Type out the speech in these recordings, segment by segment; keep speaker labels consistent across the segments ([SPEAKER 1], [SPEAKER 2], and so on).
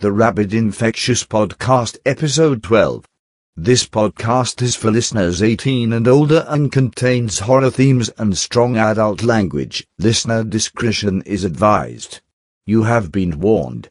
[SPEAKER 1] The Rabid Infectious Podcast, Episode 12. This podcast is for listeners 18 and older and contains horror themes and strong adult language. Listener discretion is advised. You have been warned.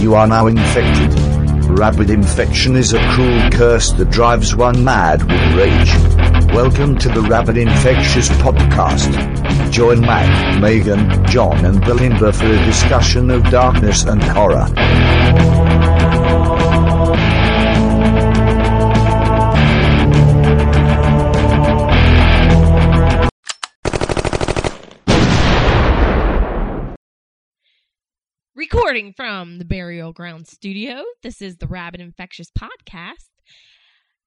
[SPEAKER 1] You are now infected. Rabid infection is a cruel curse that drives one mad with rage. Welcome to the Rabid Infectious Podcast. Join Mac, Megan, John, and Belinda for a discussion of darkness and horror.
[SPEAKER 2] Recording from the Burial Ground Studio, this is the Rabbit Infectious Podcast.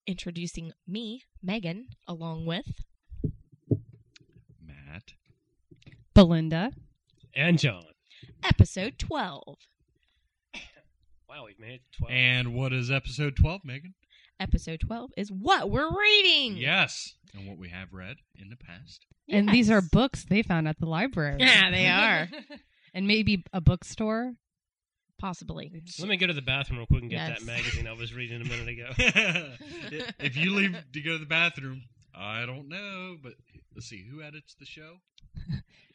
[SPEAKER 2] Introducing me, Megan, along with
[SPEAKER 3] Matt.
[SPEAKER 4] Belinda.
[SPEAKER 5] and John.
[SPEAKER 2] episode 12.
[SPEAKER 5] Wow, we've made it to twelve.
[SPEAKER 3] And what is episode 12, Megan?
[SPEAKER 2] Episode 12 is what we're reading.
[SPEAKER 3] Yes. And what we have read in the past.
[SPEAKER 4] And these are
[SPEAKER 2] Yes.
[SPEAKER 4] books they found at the library.
[SPEAKER 2] Yeah, they are.
[SPEAKER 4] and maybe a bookstore.
[SPEAKER 2] Possibly.
[SPEAKER 5] Let me go to the bathroom real quick and get
[SPEAKER 2] Yes.
[SPEAKER 5] that magazine I was reading a minute ago.
[SPEAKER 3] if you leave to go to the bathroom, I don't know, but let's see who edits the show.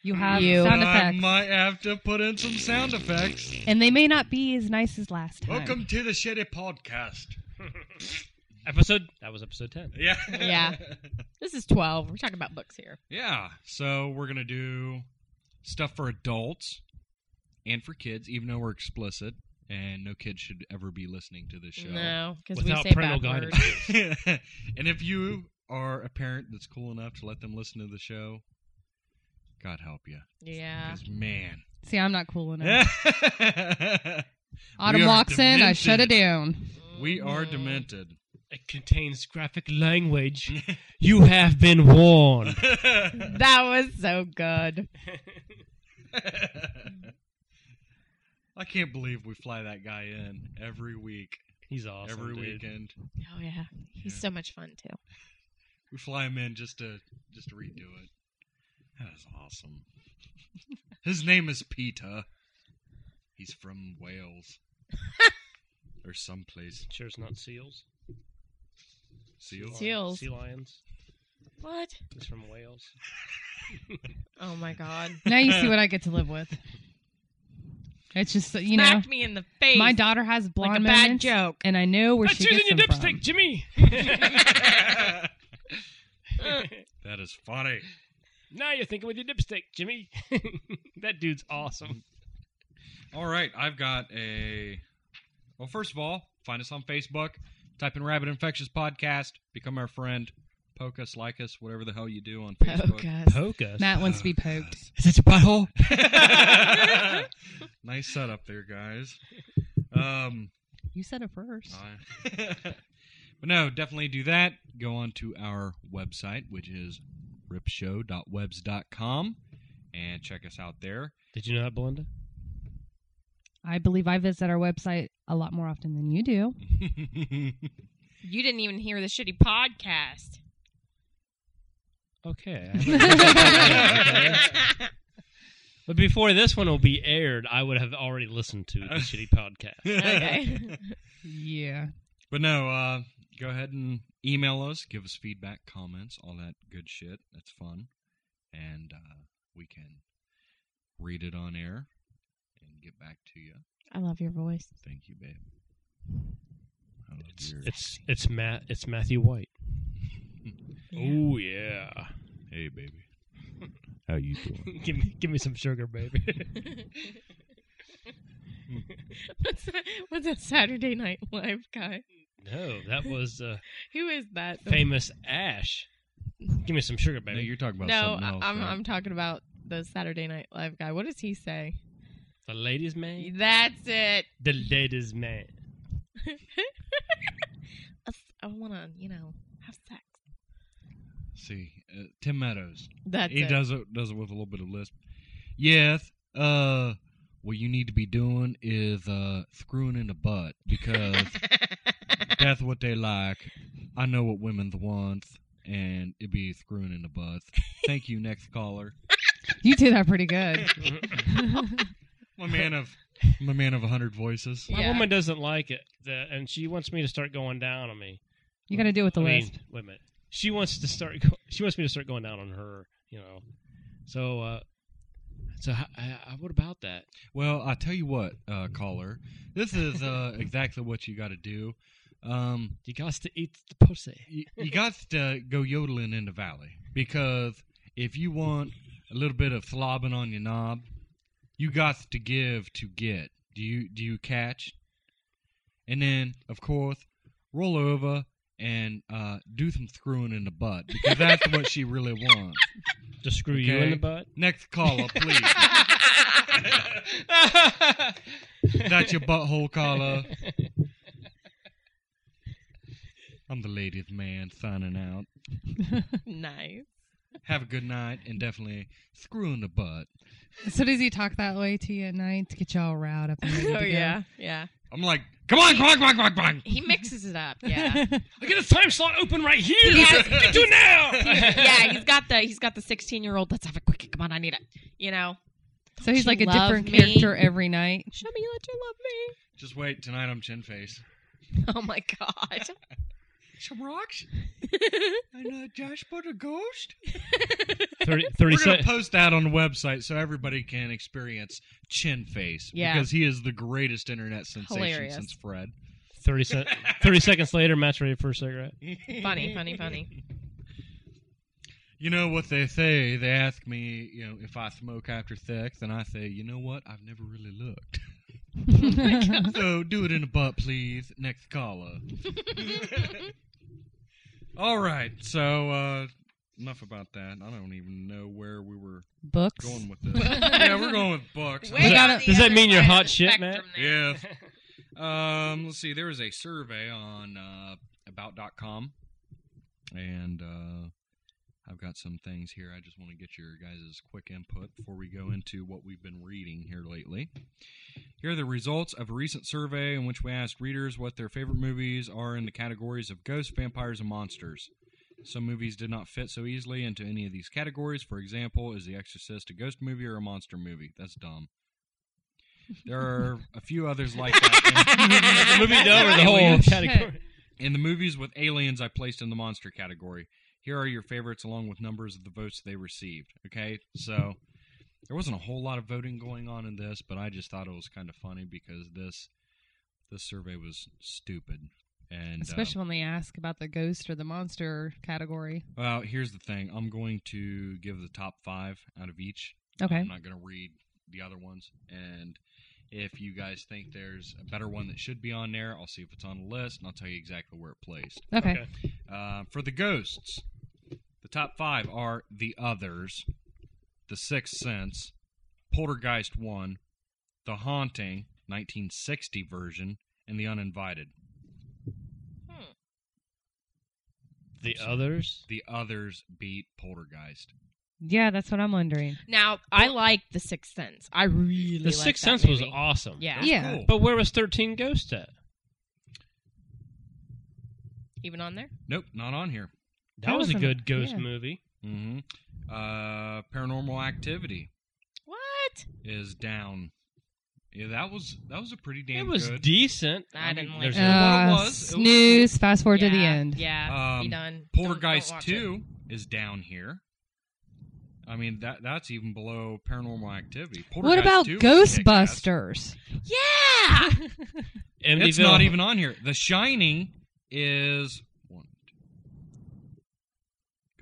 [SPEAKER 4] You have
[SPEAKER 2] You.
[SPEAKER 4] sound
[SPEAKER 3] I
[SPEAKER 4] effects.
[SPEAKER 3] might have to put in some sound effects.
[SPEAKER 4] And they may not be as nice as last time.
[SPEAKER 3] Welcome to the Shitty Podcast.
[SPEAKER 5] episode that was episode ten.
[SPEAKER 3] Yeah.
[SPEAKER 2] Yeah. This is 12. We're talking about books here.
[SPEAKER 3] Yeah. So we're gonna do stuff for adults and for kids, even though we're explicit and no kid should ever be listening to this show.
[SPEAKER 2] No, because we
[SPEAKER 5] Without
[SPEAKER 2] say
[SPEAKER 5] parental
[SPEAKER 2] backwards.
[SPEAKER 5] guidance.
[SPEAKER 3] and if you are a parent that's cool enough to let them listen to the show, God help you.
[SPEAKER 2] Yeah.
[SPEAKER 3] 'Cause, man.
[SPEAKER 4] See, I'm not cool enough. Autumn
[SPEAKER 3] We are
[SPEAKER 4] walks in, I shut it
[SPEAKER 3] demented.
[SPEAKER 4] down.
[SPEAKER 3] we are
[SPEAKER 2] Mhm.
[SPEAKER 3] demented.
[SPEAKER 5] It contains graphic language. you have been warned.
[SPEAKER 2] That was so good.
[SPEAKER 3] I can't believe we fly that guy in every week,
[SPEAKER 5] He's awesome.
[SPEAKER 3] every
[SPEAKER 5] dude.
[SPEAKER 3] weekend.
[SPEAKER 2] Oh, yeah. He's
[SPEAKER 3] Yeah.
[SPEAKER 2] so much fun, too.
[SPEAKER 3] We fly him in just to just to redo it. That is awesome. His name is Peter. He's from Wales. or someplace.
[SPEAKER 5] Sure, it's not seals.
[SPEAKER 3] Seal.
[SPEAKER 5] Lions-
[SPEAKER 2] Seals.
[SPEAKER 5] Sea lions.
[SPEAKER 2] What?
[SPEAKER 5] It's from Wales.
[SPEAKER 2] Oh, my God.
[SPEAKER 4] Now you see what I get to live with. It's just, that, you know,
[SPEAKER 2] Smacked me in the face.
[SPEAKER 4] my daughter has blonde
[SPEAKER 2] like a bad
[SPEAKER 4] moments,
[SPEAKER 2] joke.
[SPEAKER 4] and I know where she gets them from.
[SPEAKER 5] Jimmy.
[SPEAKER 3] that is funny.
[SPEAKER 5] now you're thinking with your dipstick, Jimmy. that dude's awesome.
[SPEAKER 3] All right, I've got a. Well, first of all, find us on Facebook. Type in Rabbit Infectious Podcast. Become our friend. Poke us, like us, whatever the hell you do on Facebook.
[SPEAKER 2] Poke us.
[SPEAKER 5] Poke us.
[SPEAKER 4] Matt wants to be poked.
[SPEAKER 5] Is that your butthole?
[SPEAKER 3] nice setup there, guys. Um,
[SPEAKER 4] You said it first.
[SPEAKER 3] I- but no, definitely do that. Go on to our website, which is ripshow.webs.com, and check us out there.
[SPEAKER 5] Did you know that, Belinda?
[SPEAKER 4] I believe I visit our website a lot more often than you do.
[SPEAKER 2] You didn't even hear the shitty podcast.
[SPEAKER 5] Okay. I haven't- Okay. But before this one will be aired, I would have already listened to the shitty podcast.
[SPEAKER 2] okay.
[SPEAKER 4] Yeah.
[SPEAKER 3] But no, uh, go ahead and email us, give us feedback, comments, all that good shit. That's fun. And uh, we can read it on air and get back to you.
[SPEAKER 2] I love your voice.
[SPEAKER 3] Thank you, babe. I love
[SPEAKER 5] It's
[SPEAKER 3] your-
[SPEAKER 5] it's it's Matt it's Matthew White. Oh yeah.
[SPEAKER 3] hey, baby.
[SPEAKER 6] How you doing?
[SPEAKER 5] give me give me some sugar, baby.
[SPEAKER 2] what's that? What's that Saturday Night Live guy?
[SPEAKER 5] no, that was uh,
[SPEAKER 2] Who is that? The-
[SPEAKER 5] famous Ash. Give me some sugar, baby.
[SPEAKER 3] No, you're talking about
[SPEAKER 2] no,
[SPEAKER 3] something
[SPEAKER 2] I-
[SPEAKER 3] else.
[SPEAKER 2] I'm
[SPEAKER 3] right?
[SPEAKER 2] I'm talking about the Saturday Night Live guy. What does he say?
[SPEAKER 5] the ladies' man.
[SPEAKER 2] That's it.
[SPEAKER 5] The ladies' man.
[SPEAKER 2] I want to, you know, have sex.
[SPEAKER 3] See, uh, Tim Meadows.
[SPEAKER 2] That's
[SPEAKER 3] he
[SPEAKER 2] it.
[SPEAKER 3] does it does it with a little bit of lisp. Yes. Uh, what you need to be doing is uh screwing in the butt because that's what they like. I know what women wants, and it be screwing in the butt. Thank you, next caller.
[SPEAKER 4] You do that pretty good.
[SPEAKER 3] My man of my man of a hundred voices.
[SPEAKER 5] My
[SPEAKER 2] Yeah.
[SPEAKER 5] woman doesn't like it, that, and she wants me to start going down on me.
[SPEAKER 4] You got to deal with the
[SPEAKER 5] I mean,
[SPEAKER 4] list.
[SPEAKER 5] wait a minute. She wants to start. Go- she wants me to start going down on her. You know. So, uh, so I, I, I- what about that?
[SPEAKER 3] Well, I tell you what, uh, caller, this is uh exactly what you got to do. Um,
[SPEAKER 5] You got to eat the pussy.
[SPEAKER 3] you, you got to go yodeling in the valley because if you want a little bit of slobbing on your knob, you got to give to get. Do you do you catch? And then, of course, roll over and uh, do some screwing in the butt because that's what she really wants.
[SPEAKER 5] To screw you in
[SPEAKER 3] Okay.
[SPEAKER 5] the butt.
[SPEAKER 3] Next caller, please. that's your butthole caller. I'm the ladies' man signing out.
[SPEAKER 2] nice.
[SPEAKER 3] Have a good night and definitely screw in the butt.
[SPEAKER 4] So does he talk that way to you at night to get you all riled up? And ready to
[SPEAKER 2] Oh
[SPEAKER 4] go?
[SPEAKER 2] yeah, yeah.
[SPEAKER 3] I'm like, come on, come on, come on, come on, come on.
[SPEAKER 2] He mixes it up. Yeah,
[SPEAKER 5] I get a time slot open right here.
[SPEAKER 2] Yes.
[SPEAKER 5] Get to it now.
[SPEAKER 2] yeah. He's got the he's got the 16 year old. Let's have it quick. Come on, I need it. You know,
[SPEAKER 4] so he's
[SPEAKER 2] you
[SPEAKER 4] like a
[SPEAKER 2] love
[SPEAKER 4] different
[SPEAKER 2] me?
[SPEAKER 4] character every night.
[SPEAKER 2] show me you let you love
[SPEAKER 3] Just wait, tonight I'm chin face.
[SPEAKER 2] me. Oh my god.
[SPEAKER 3] Some rocks and uh, Jasper the ghost.
[SPEAKER 5] 30,
[SPEAKER 3] We're
[SPEAKER 5] 30
[SPEAKER 3] gonna
[SPEAKER 5] sec-
[SPEAKER 3] post that on the website so everybody can experience chin face.
[SPEAKER 2] Yeah.
[SPEAKER 3] because he is the greatest internet sensation
[SPEAKER 2] Hilarious.
[SPEAKER 3] since Fred.
[SPEAKER 5] 30, sec- 30 seconds later, Matt's ready for a cigarette.
[SPEAKER 2] funny, funny, funny.
[SPEAKER 3] You know what they say? They ask me, you know, if I smoke after sex, and I say, you know what? I've never really looked. so do it in a butt, please. Next caller. All right. So uh, enough about that. I don't even know where we were
[SPEAKER 4] Books.
[SPEAKER 3] going with this. yeah, we're going with books.
[SPEAKER 5] Way
[SPEAKER 2] Way on
[SPEAKER 5] that-
[SPEAKER 2] the
[SPEAKER 5] does that
[SPEAKER 2] other
[SPEAKER 5] mean you're
[SPEAKER 2] side of
[SPEAKER 5] hot
[SPEAKER 2] the
[SPEAKER 5] shit,
[SPEAKER 2] spectrum there.
[SPEAKER 3] Yes. Um, let's see. There was a survey on uh, about.com, and uh, I've got some things here. I just want to get your guys' quick input before we go into what we've been reading here lately. Here are the results of a recent survey in which we asked readers what their favorite movies are in the categories of ghosts, vampires, and monsters. Some movies did not fit so easily into any of these categories. For example, is The Exorcist a ghost movie or a monster movie? That's dumb. There are a few others like that.
[SPEAKER 5] The movie done or the whole
[SPEAKER 4] Aliens.
[SPEAKER 5] category?
[SPEAKER 3] In the movies with aliens, I placed in the monster category. Here are your favorites along with numbers of the votes they received. Okay, so there wasn't a whole lot of voting going on in this, but I just thought it was kind of funny because this this survey was stupid. And uh,
[SPEAKER 4] Especially when they ask about the ghost or the monster category.
[SPEAKER 3] well, here's the thing: I'm going to give the top five out of each. I'm
[SPEAKER 4] Okay.
[SPEAKER 3] not going to read the other ones. And if you guys think there's a better one that should be on there, I'll see if it's on the list and I'll tell you exactly where it placed.
[SPEAKER 4] Okay.
[SPEAKER 5] Okay.
[SPEAKER 3] Uh, for the ghosts, the top five are The Others, The Sixth Sense, Poltergeist 1, The Haunting, 1960 version, and The Uninvited.
[SPEAKER 5] The others.
[SPEAKER 3] The Others beat Poltergeist.
[SPEAKER 4] Yeah, that's what I'm wondering.
[SPEAKER 2] Now I like the Sixth Sense. I really
[SPEAKER 5] The
[SPEAKER 2] like
[SPEAKER 5] Sixth
[SPEAKER 2] that
[SPEAKER 5] Sense was
[SPEAKER 2] movie.
[SPEAKER 5] awesome.
[SPEAKER 2] Yeah,
[SPEAKER 4] Yeah.
[SPEAKER 3] Cool.
[SPEAKER 5] But where was 13 Ghosts at?
[SPEAKER 2] even on there.
[SPEAKER 3] Nope, not on here.
[SPEAKER 5] That,
[SPEAKER 4] That
[SPEAKER 5] was a
[SPEAKER 4] wasn't-
[SPEAKER 5] good ghost
[SPEAKER 4] yeah.
[SPEAKER 5] movie.
[SPEAKER 3] Mm-hmm. Uh, Paranormal Activity
[SPEAKER 2] What?
[SPEAKER 3] is down. Yeah, that was that was a pretty damn
[SPEAKER 5] it was
[SPEAKER 3] good.
[SPEAKER 5] decent.
[SPEAKER 2] I didn't like
[SPEAKER 5] there's
[SPEAKER 2] it.
[SPEAKER 5] a-
[SPEAKER 3] what it
[SPEAKER 4] Uh,
[SPEAKER 3] was. It was-
[SPEAKER 4] snooze. Fast forward
[SPEAKER 2] yeah,
[SPEAKER 4] to the end.
[SPEAKER 2] Yeah, be
[SPEAKER 3] Um,
[SPEAKER 2] done. Don't-
[SPEAKER 3] Poltergeist
[SPEAKER 2] don't watch it.
[SPEAKER 3] 2 is down here. I mean that that's even below Paranormal Activity.
[SPEAKER 4] What
[SPEAKER 3] Poltergeist
[SPEAKER 4] about
[SPEAKER 3] 2 was kick-ass.
[SPEAKER 4] Ghostbusters?
[SPEAKER 2] Yeah.
[SPEAKER 5] Amityville.
[SPEAKER 3] It's not even on here. The Shining is one. Go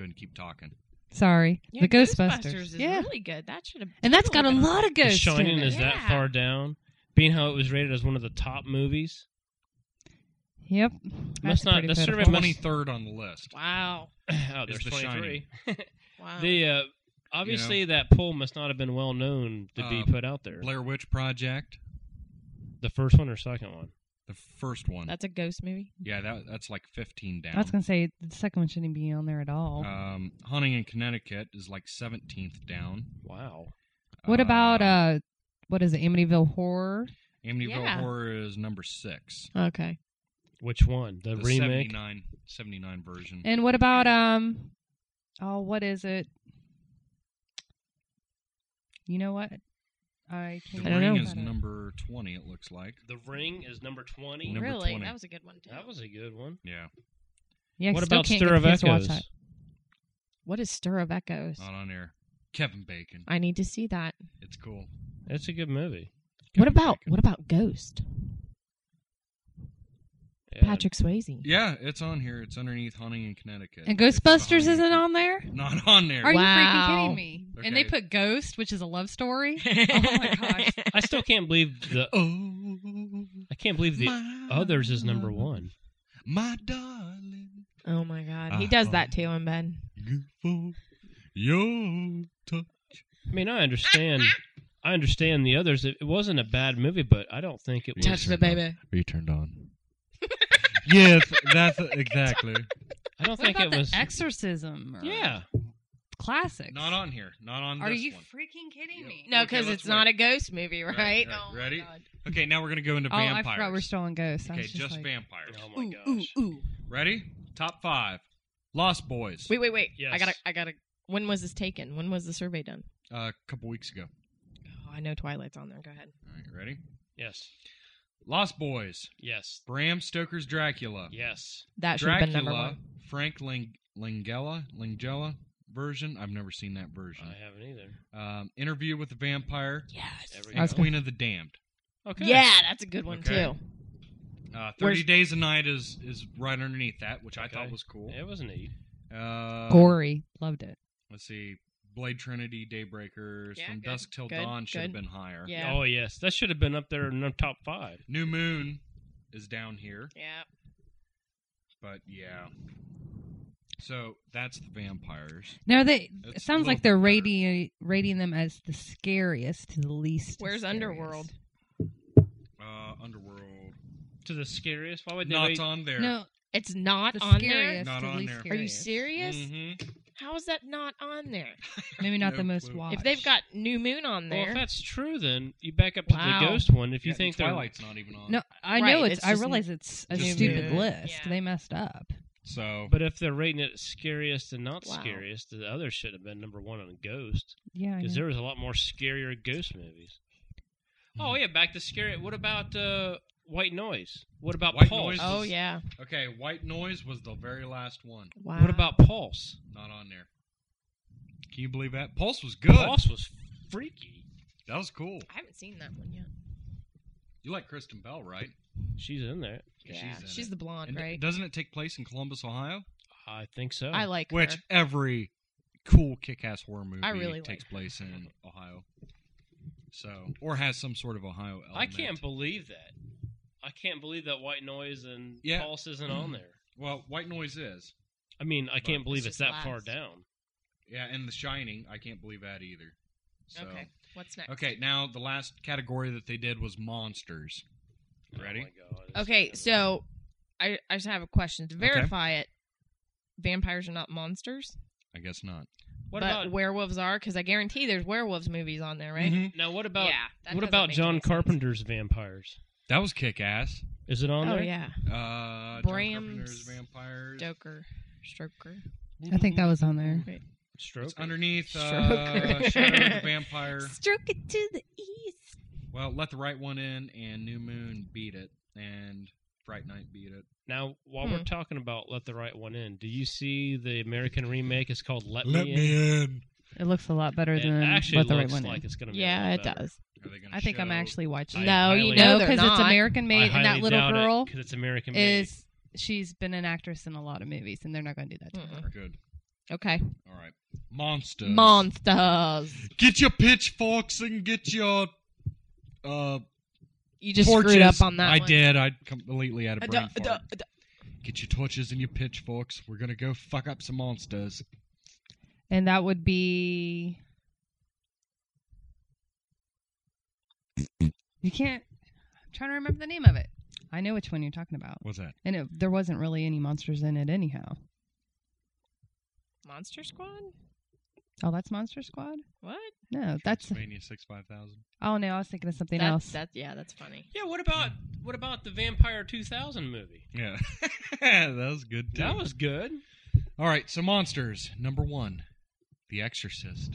[SPEAKER 3] ahead and keep talking.
[SPEAKER 4] Sorry,
[SPEAKER 2] Yeah,
[SPEAKER 4] the Ghostbusters.
[SPEAKER 2] is
[SPEAKER 4] yeah,
[SPEAKER 2] really good. That should have.
[SPEAKER 4] and that's got a
[SPEAKER 2] totally been on.
[SPEAKER 4] lot of
[SPEAKER 5] The
[SPEAKER 4] ghosts. in
[SPEAKER 5] Shining
[SPEAKER 4] it.
[SPEAKER 5] is that
[SPEAKER 2] Yeah.
[SPEAKER 5] far down, being how it was rated as one of the top movies.
[SPEAKER 4] Yep.
[SPEAKER 5] Must
[SPEAKER 4] That's
[SPEAKER 5] not-
[SPEAKER 4] pretty
[SPEAKER 5] the survey
[SPEAKER 4] pitiful.
[SPEAKER 5] must-
[SPEAKER 3] Twenty third on the list.
[SPEAKER 2] Wow.
[SPEAKER 5] oh, there's
[SPEAKER 3] The
[SPEAKER 5] 23.
[SPEAKER 2] Wow.
[SPEAKER 5] The uh, obviously that poll must not have been well known to be
[SPEAKER 3] Uh,
[SPEAKER 5] put out there.
[SPEAKER 3] Blair Witch Project,
[SPEAKER 5] the first one or second one?
[SPEAKER 3] the first one.
[SPEAKER 2] that's a ghost movie.
[SPEAKER 3] yeah, that, that's like fifteen down.
[SPEAKER 4] I was gonna say the second one shouldn't be on there at all.
[SPEAKER 3] um, Hunting in Connecticut is like seventeenth down.
[SPEAKER 5] Wow.
[SPEAKER 4] what about uh, what is it? Amityville Horror.
[SPEAKER 3] Amityville
[SPEAKER 2] Yeah.
[SPEAKER 3] Horror is number six.
[SPEAKER 2] Okay.
[SPEAKER 5] Which one? The,
[SPEAKER 3] the
[SPEAKER 5] remake.
[SPEAKER 3] 79, 79 version.
[SPEAKER 4] And what about um oh what is it? You know what? I
[SPEAKER 3] the
[SPEAKER 4] can't
[SPEAKER 2] I don't
[SPEAKER 3] Ring
[SPEAKER 2] know.
[SPEAKER 3] is number twenty. It looks like.
[SPEAKER 5] The Ring is number twenty.
[SPEAKER 3] Number
[SPEAKER 2] really?
[SPEAKER 3] 20.
[SPEAKER 2] That was a good one too.
[SPEAKER 5] That was a good one.
[SPEAKER 3] Yeah,
[SPEAKER 4] Yeah, I
[SPEAKER 5] what
[SPEAKER 4] still
[SPEAKER 5] about
[SPEAKER 4] can't
[SPEAKER 5] Stir
[SPEAKER 4] get
[SPEAKER 5] of
[SPEAKER 4] the kids to watch
[SPEAKER 5] Echoes?
[SPEAKER 4] that.
[SPEAKER 2] what is Stir of Echoes?
[SPEAKER 3] not on air. Kevin Bacon.
[SPEAKER 2] I need to see that.
[SPEAKER 3] It's cool.
[SPEAKER 5] That's a good movie.
[SPEAKER 2] What
[SPEAKER 3] Kevin
[SPEAKER 2] about
[SPEAKER 3] Bacon.
[SPEAKER 2] what about Ghost?
[SPEAKER 5] Yeah.
[SPEAKER 2] Patrick Swayze.
[SPEAKER 3] Yeah, it's on here. It's underneath Hunting in Connecticut.
[SPEAKER 4] And
[SPEAKER 3] It's the
[SPEAKER 4] Ghostbusters
[SPEAKER 3] Hunting in
[SPEAKER 4] isn't on there?
[SPEAKER 3] Con- Not on there.
[SPEAKER 4] Are you freaking
[SPEAKER 2] Wow.
[SPEAKER 4] kidding me? And they
[SPEAKER 3] Okay.
[SPEAKER 4] put Ghost, which is a love story. oh my gosh.
[SPEAKER 5] I still can't believe the
[SPEAKER 3] oh,
[SPEAKER 5] I can't believe the
[SPEAKER 3] my
[SPEAKER 5] others is number one.
[SPEAKER 3] My darling,
[SPEAKER 2] Oh my God, he
[SPEAKER 3] Uh,
[SPEAKER 2] does
[SPEAKER 3] um,
[SPEAKER 2] that too in bed.
[SPEAKER 3] you for your touch.
[SPEAKER 5] I mean, I understand. I understand the others. It, it wasn't a bad movie, but I don't think it was.
[SPEAKER 3] Yeah, Touch the sure. baby. Are you turned on? yes, that's exactly.
[SPEAKER 5] I don't
[SPEAKER 4] What
[SPEAKER 5] think
[SPEAKER 4] about
[SPEAKER 5] it
[SPEAKER 4] the
[SPEAKER 5] was.
[SPEAKER 4] Exorcism? or
[SPEAKER 5] yeah,
[SPEAKER 4] Classics.
[SPEAKER 3] Not on here. Not on
[SPEAKER 4] Are
[SPEAKER 3] this
[SPEAKER 4] you
[SPEAKER 3] one.
[SPEAKER 4] freaking kidding me?
[SPEAKER 2] No,
[SPEAKER 3] Okay,
[SPEAKER 2] because
[SPEAKER 3] let's
[SPEAKER 2] it's not
[SPEAKER 3] wait.
[SPEAKER 2] a ghost movie, right?
[SPEAKER 3] Right, right.
[SPEAKER 2] Oh my
[SPEAKER 3] Ready?
[SPEAKER 2] God.
[SPEAKER 3] okay, now we're gonna go into
[SPEAKER 4] Oh, I
[SPEAKER 3] vampires.
[SPEAKER 4] forgot we're still on Ghosts. I
[SPEAKER 3] okay,
[SPEAKER 4] was
[SPEAKER 3] just,
[SPEAKER 4] just, like,
[SPEAKER 3] vampires.
[SPEAKER 5] Oh my
[SPEAKER 4] ooh,
[SPEAKER 5] gosh.
[SPEAKER 4] Ooh, ooh.
[SPEAKER 3] Ready? Top five. Lost Boys.
[SPEAKER 2] Wait, wait, wait. I
[SPEAKER 5] Yes.
[SPEAKER 2] gotta, I gotta. When was this taken? When was the survey done?
[SPEAKER 3] Uh, a couple weeks ago.
[SPEAKER 2] Oh, I know Twilight's on there. Go ahead.
[SPEAKER 3] All right, ready?
[SPEAKER 5] Yes.
[SPEAKER 3] Lost Boys.
[SPEAKER 5] Yes.
[SPEAKER 3] Bram Stoker's Dracula.
[SPEAKER 5] Yes.
[SPEAKER 2] That should have been number
[SPEAKER 3] Dracula.
[SPEAKER 2] one.
[SPEAKER 3] Frank Ling- Langella. Langella version. I've never seen that version.
[SPEAKER 5] I haven't either.
[SPEAKER 3] Um, Interview with the Vampire.
[SPEAKER 2] Yes.
[SPEAKER 5] There we
[SPEAKER 3] And
[SPEAKER 4] That's
[SPEAKER 5] go.
[SPEAKER 3] Queen of the Damned.
[SPEAKER 5] Okay.
[SPEAKER 2] Yeah, that's a good one
[SPEAKER 3] Okay.
[SPEAKER 2] too.
[SPEAKER 3] Uh, Thirty
[SPEAKER 2] Where's-
[SPEAKER 3] Days a Night is is right underneath that, which I
[SPEAKER 5] Okay.
[SPEAKER 3] thought was cool.
[SPEAKER 5] It was neat.
[SPEAKER 3] Uh,
[SPEAKER 4] Gory. Loved it.
[SPEAKER 3] Let's see. Blade Trinity, Daybreakers,
[SPEAKER 2] Yeah,
[SPEAKER 3] From
[SPEAKER 2] good,
[SPEAKER 3] Dusk Till
[SPEAKER 2] good,
[SPEAKER 3] Dawn should have
[SPEAKER 2] good.
[SPEAKER 3] been higher.
[SPEAKER 2] Yeah.
[SPEAKER 5] Oh yes, that should have been up there in the top five.
[SPEAKER 3] New Moon is down here,
[SPEAKER 2] Yeah.
[SPEAKER 3] but yeah. So that's the vampires.
[SPEAKER 4] Now they it
[SPEAKER 3] It's a
[SPEAKER 4] sounds
[SPEAKER 3] little
[SPEAKER 4] like they're
[SPEAKER 3] bit better.
[SPEAKER 4] rating rating them as the scariest to the least.
[SPEAKER 2] Where's
[SPEAKER 4] scariest.
[SPEAKER 2] Underworld?
[SPEAKER 3] Uh, Underworld.
[SPEAKER 5] To the scariest. Why would they?
[SPEAKER 3] Not
[SPEAKER 5] rate-
[SPEAKER 3] on there.
[SPEAKER 4] No,
[SPEAKER 2] It's not
[SPEAKER 4] the
[SPEAKER 2] on
[SPEAKER 4] scariest
[SPEAKER 3] Not
[SPEAKER 4] to
[SPEAKER 3] on
[SPEAKER 4] least
[SPEAKER 3] there.
[SPEAKER 4] scariest.
[SPEAKER 2] there. Are you serious?
[SPEAKER 5] Mm-hmm.
[SPEAKER 3] Mhm.
[SPEAKER 2] How is that not on there?
[SPEAKER 4] Maybe not
[SPEAKER 3] No
[SPEAKER 4] the most
[SPEAKER 3] clue.
[SPEAKER 4] watched.
[SPEAKER 2] If they've got New Moon on
[SPEAKER 5] Well,
[SPEAKER 2] there,
[SPEAKER 5] if that's true, then you back up to
[SPEAKER 2] Wow.
[SPEAKER 5] the ghost one. If you
[SPEAKER 3] Yeah,
[SPEAKER 5] think they're
[SPEAKER 3] Twilight's not even on.
[SPEAKER 4] no, I
[SPEAKER 2] Right,
[SPEAKER 4] know it's.
[SPEAKER 2] it's
[SPEAKER 4] I
[SPEAKER 2] just-
[SPEAKER 4] realize it's a
[SPEAKER 3] just
[SPEAKER 4] stupid
[SPEAKER 3] new.
[SPEAKER 4] list.
[SPEAKER 2] Yeah.
[SPEAKER 4] They messed up.
[SPEAKER 3] So
[SPEAKER 5] But if they're rating it scariest and not
[SPEAKER 2] Wow.
[SPEAKER 5] scariest, the other should have been number one on Ghost
[SPEAKER 4] Yeah, I
[SPEAKER 5] because
[SPEAKER 4] know.
[SPEAKER 5] there was a lot more scarier Ghost movies.
[SPEAKER 3] Hmm.
[SPEAKER 5] Oh yeah, back to scary. What about uh, White Noise? What about
[SPEAKER 3] White
[SPEAKER 5] Pulse?
[SPEAKER 3] Noise
[SPEAKER 2] oh yeah.
[SPEAKER 3] okay, White Noise was the very last one.
[SPEAKER 2] Wow.
[SPEAKER 5] What about Pulse?
[SPEAKER 3] Not on there. Can you believe that? Pulse was good.
[SPEAKER 5] Pulse was freaky.
[SPEAKER 3] That was cool.
[SPEAKER 2] I haven't seen that one yet.
[SPEAKER 3] You like Kristen Bell, right?
[SPEAKER 5] She's in there.
[SPEAKER 3] Yeah,
[SPEAKER 2] Yeah,
[SPEAKER 3] she's in
[SPEAKER 2] she's,
[SPEAKER 3] it.
[SPEAKER 2] the blonde,
[SPEAKER 3] And d-
[SPEAKER 2] right?
[SPEAKER 3] doesn't it take place in Columbus, Ohio?
[SPEAKER 5] I think so.
[SPEAKER 2] I like
[SPEAKER 3] Which
[SPEAKER 2] her.
[SPEAKER 3] every cool kick-ass horror movie
[SPEAKER 2] I really like
[SPEAKER 3] takes
[SPEAKER 2] her.
[SPEAKER 3] place in Ohio. So, or has some sort of Ohio element.
[SPEAKER 5] I can't believe that. I can't believe that White Noise and
[SPEAKER 3] Yeah.
[SPEAKER 5] Pulse isn't on there.
[SPEAKER 3] Well, White Noise is.
[SPEAKER 5] I mean, I can't
[SPEAKER 3] It's
[SPEAKER 5] believe
[SPEAKER 2] just
[SPEAKER 5] it's that
[SPEAKER 2] last.
[SPEAKER 5] far down.
[SPEAKER 3] Yeah, and The Shining, I can't believe that either. So,
[SPEAKER 2] Okay. What's next?
[SPEAKER 3] Okay, now the last category that they did was monsters. Ready?
[SPEAKER 5] Oh my God, it's-
[SPEAKER 2] Okay, so I I just have a question to verify it. Vampires are not monsters,
[SPEAKER 3] I guess not.
[SPEAKER 5] What
[SPEAKER 2] but
[SPEAKER 5] about
[SPEAKER 2] werewolves are because I guarantee there's werewolves movies on there, right?
[SPEAKER 3] Mhm.
[SPEAKER 5] now? What about
[SPEAKER 2] yeah. that
[SPEAKER 5] what
[SPEAKER 2] doesn't
[SPEAKER 5] about
[SPEAKER 2] make
[SPEAKER 5] John
[SPEAKER 2] any sense.
[SPEAKER 5] Carpenter's vampires?
[SPEAKER 3] That was kick-ass.
[SPEAKER 5] Is it on
[SPEAKER 2] Oh
[SPEAKER 5] there?
[SPEAKER 2] yeah,
[SPEAKER 3] Uh,
[SPEAKER 2] Bram
[SPEAKER 3] John Carpenter's Vampires.
[SPEAKER 2] Stoker, Stroker.
[SPEAKER 4] I think that was on there.
[SPEAKER 5] Stroke.
[SPEAKER 3] It's underneath uh,
[SPEAKER 2] Stroker.
[SPEAKER 3] Shadow of the Vampire.
[SPEAKER 2] Stroke it to the east.
[SPEAKER 3] Well, let the right one in, and New Moon beat it, and Fright Night beat it.
[SPEAKER 5] Now, while
[SPEAKER 2] Hmm.
[SPEAKER 5] we're talking about Let the Right One In, do you see the American remake is called Let, Me, In?
[SPEAKER 3] in.
[SPEAKER 2] Mm-hmm.
[SPEAKER 4] It looks a lot better
[SPEAKER 5] It
[SPEAKER 4] than
[SPEAKER 5] actually
[SPEAKER 4] what the right
[SPEAKER 5] looks
[SPEAKER 4] one.
[SPEAKER 5] like
[SPEAKER 4] is.
[SPEAKER 5] it's going to be. a
[SPEAKER 2] Yeah,
[SPEAKER 5] lot
[SPEAKER 2] it
[SPEAKER 5] better.
[SPEAKER 2] does.
[SPEAKER 3] Are they gonna
[SPEAKER 4] I think I'm
[SPEAKER 3] show-
[SPEAKER 4] actually watching.
[SPEAKER 5] I
[SPEAKER 4] it.
[SPEAKER 2] no, you
[SPEAKER 5] highly-
[SPEAKER 2] know
[SPEAKER 4] no,
[SPEAKER 2] they're
[SPEAKER 4] because
[SPEAKER 2] not.
[SPEAKER 4] it's American made, and that little girl
[SPEAKER 5] because it's American made.
[SPEAKER 4] is. She's been an actress in a lot of movies, and they're not going to do that to
[SPEAKER 2] Mm-mm.
[SPEAKER 4] her.
[SPEAKER 3] Good.
[SPEAKER 2] Okay.
[SPEAKER 3] All right. Monsters.
[SPEAKER 2] Monsters.
[SPEAKER 3] Get your pitchforks and get your uh,
[SPEAKER 2] You just
[SPEAKER 3] torches.
[SPEAKER 2] screwed up on that
[SPEAKER 3] I
[SPEAKER 2] one.
[SPEAKER 3] did. I completely had a
[SPEAKER 2] Uh,
[SPEAKER 3] brain
[SPEAKER 2] duh,
[SPEAKER 3] fart.
[SPEAKER 2] duh, duh.
[SPEAKER 3] Get your torches and your pitchforks. We're gonna go fuck up some monsters.
[SPEAKER 4] And that would be. You can't. I'm trying to remember the name of it. I know which one you're talking about.
[SPEAKER 3] What's that?
[SPEAKER 4] And it, there wasn't really any monsters in it, anyhow.
[SPEAKER 2] Monster Squad?
[SPEAKER 4] Oh, that's Monster Squad?
[SPEAKER 2] What?
[SPEAKER 4] No, that's.
[SPEAKER 3] Mania six five thousand.
[SPEAKER 4] Oh, no, I was thinking of something
[SPEAKER 2] That-
[SPEAKER 4] else.
[SPEAKER 2] that- yeah, that's funny.
[SPEAKER 5] Yeah, what about
[SPEAKER 2] Hmm.
[SPEAKER 5] what about the Vampire 2000 movie?
[SPEAKER 3] Yeah, that was good. Too.
[SPEAKER 5] That was good.
[SPEAKER 3] all right. So monsters number one, The Exorcist.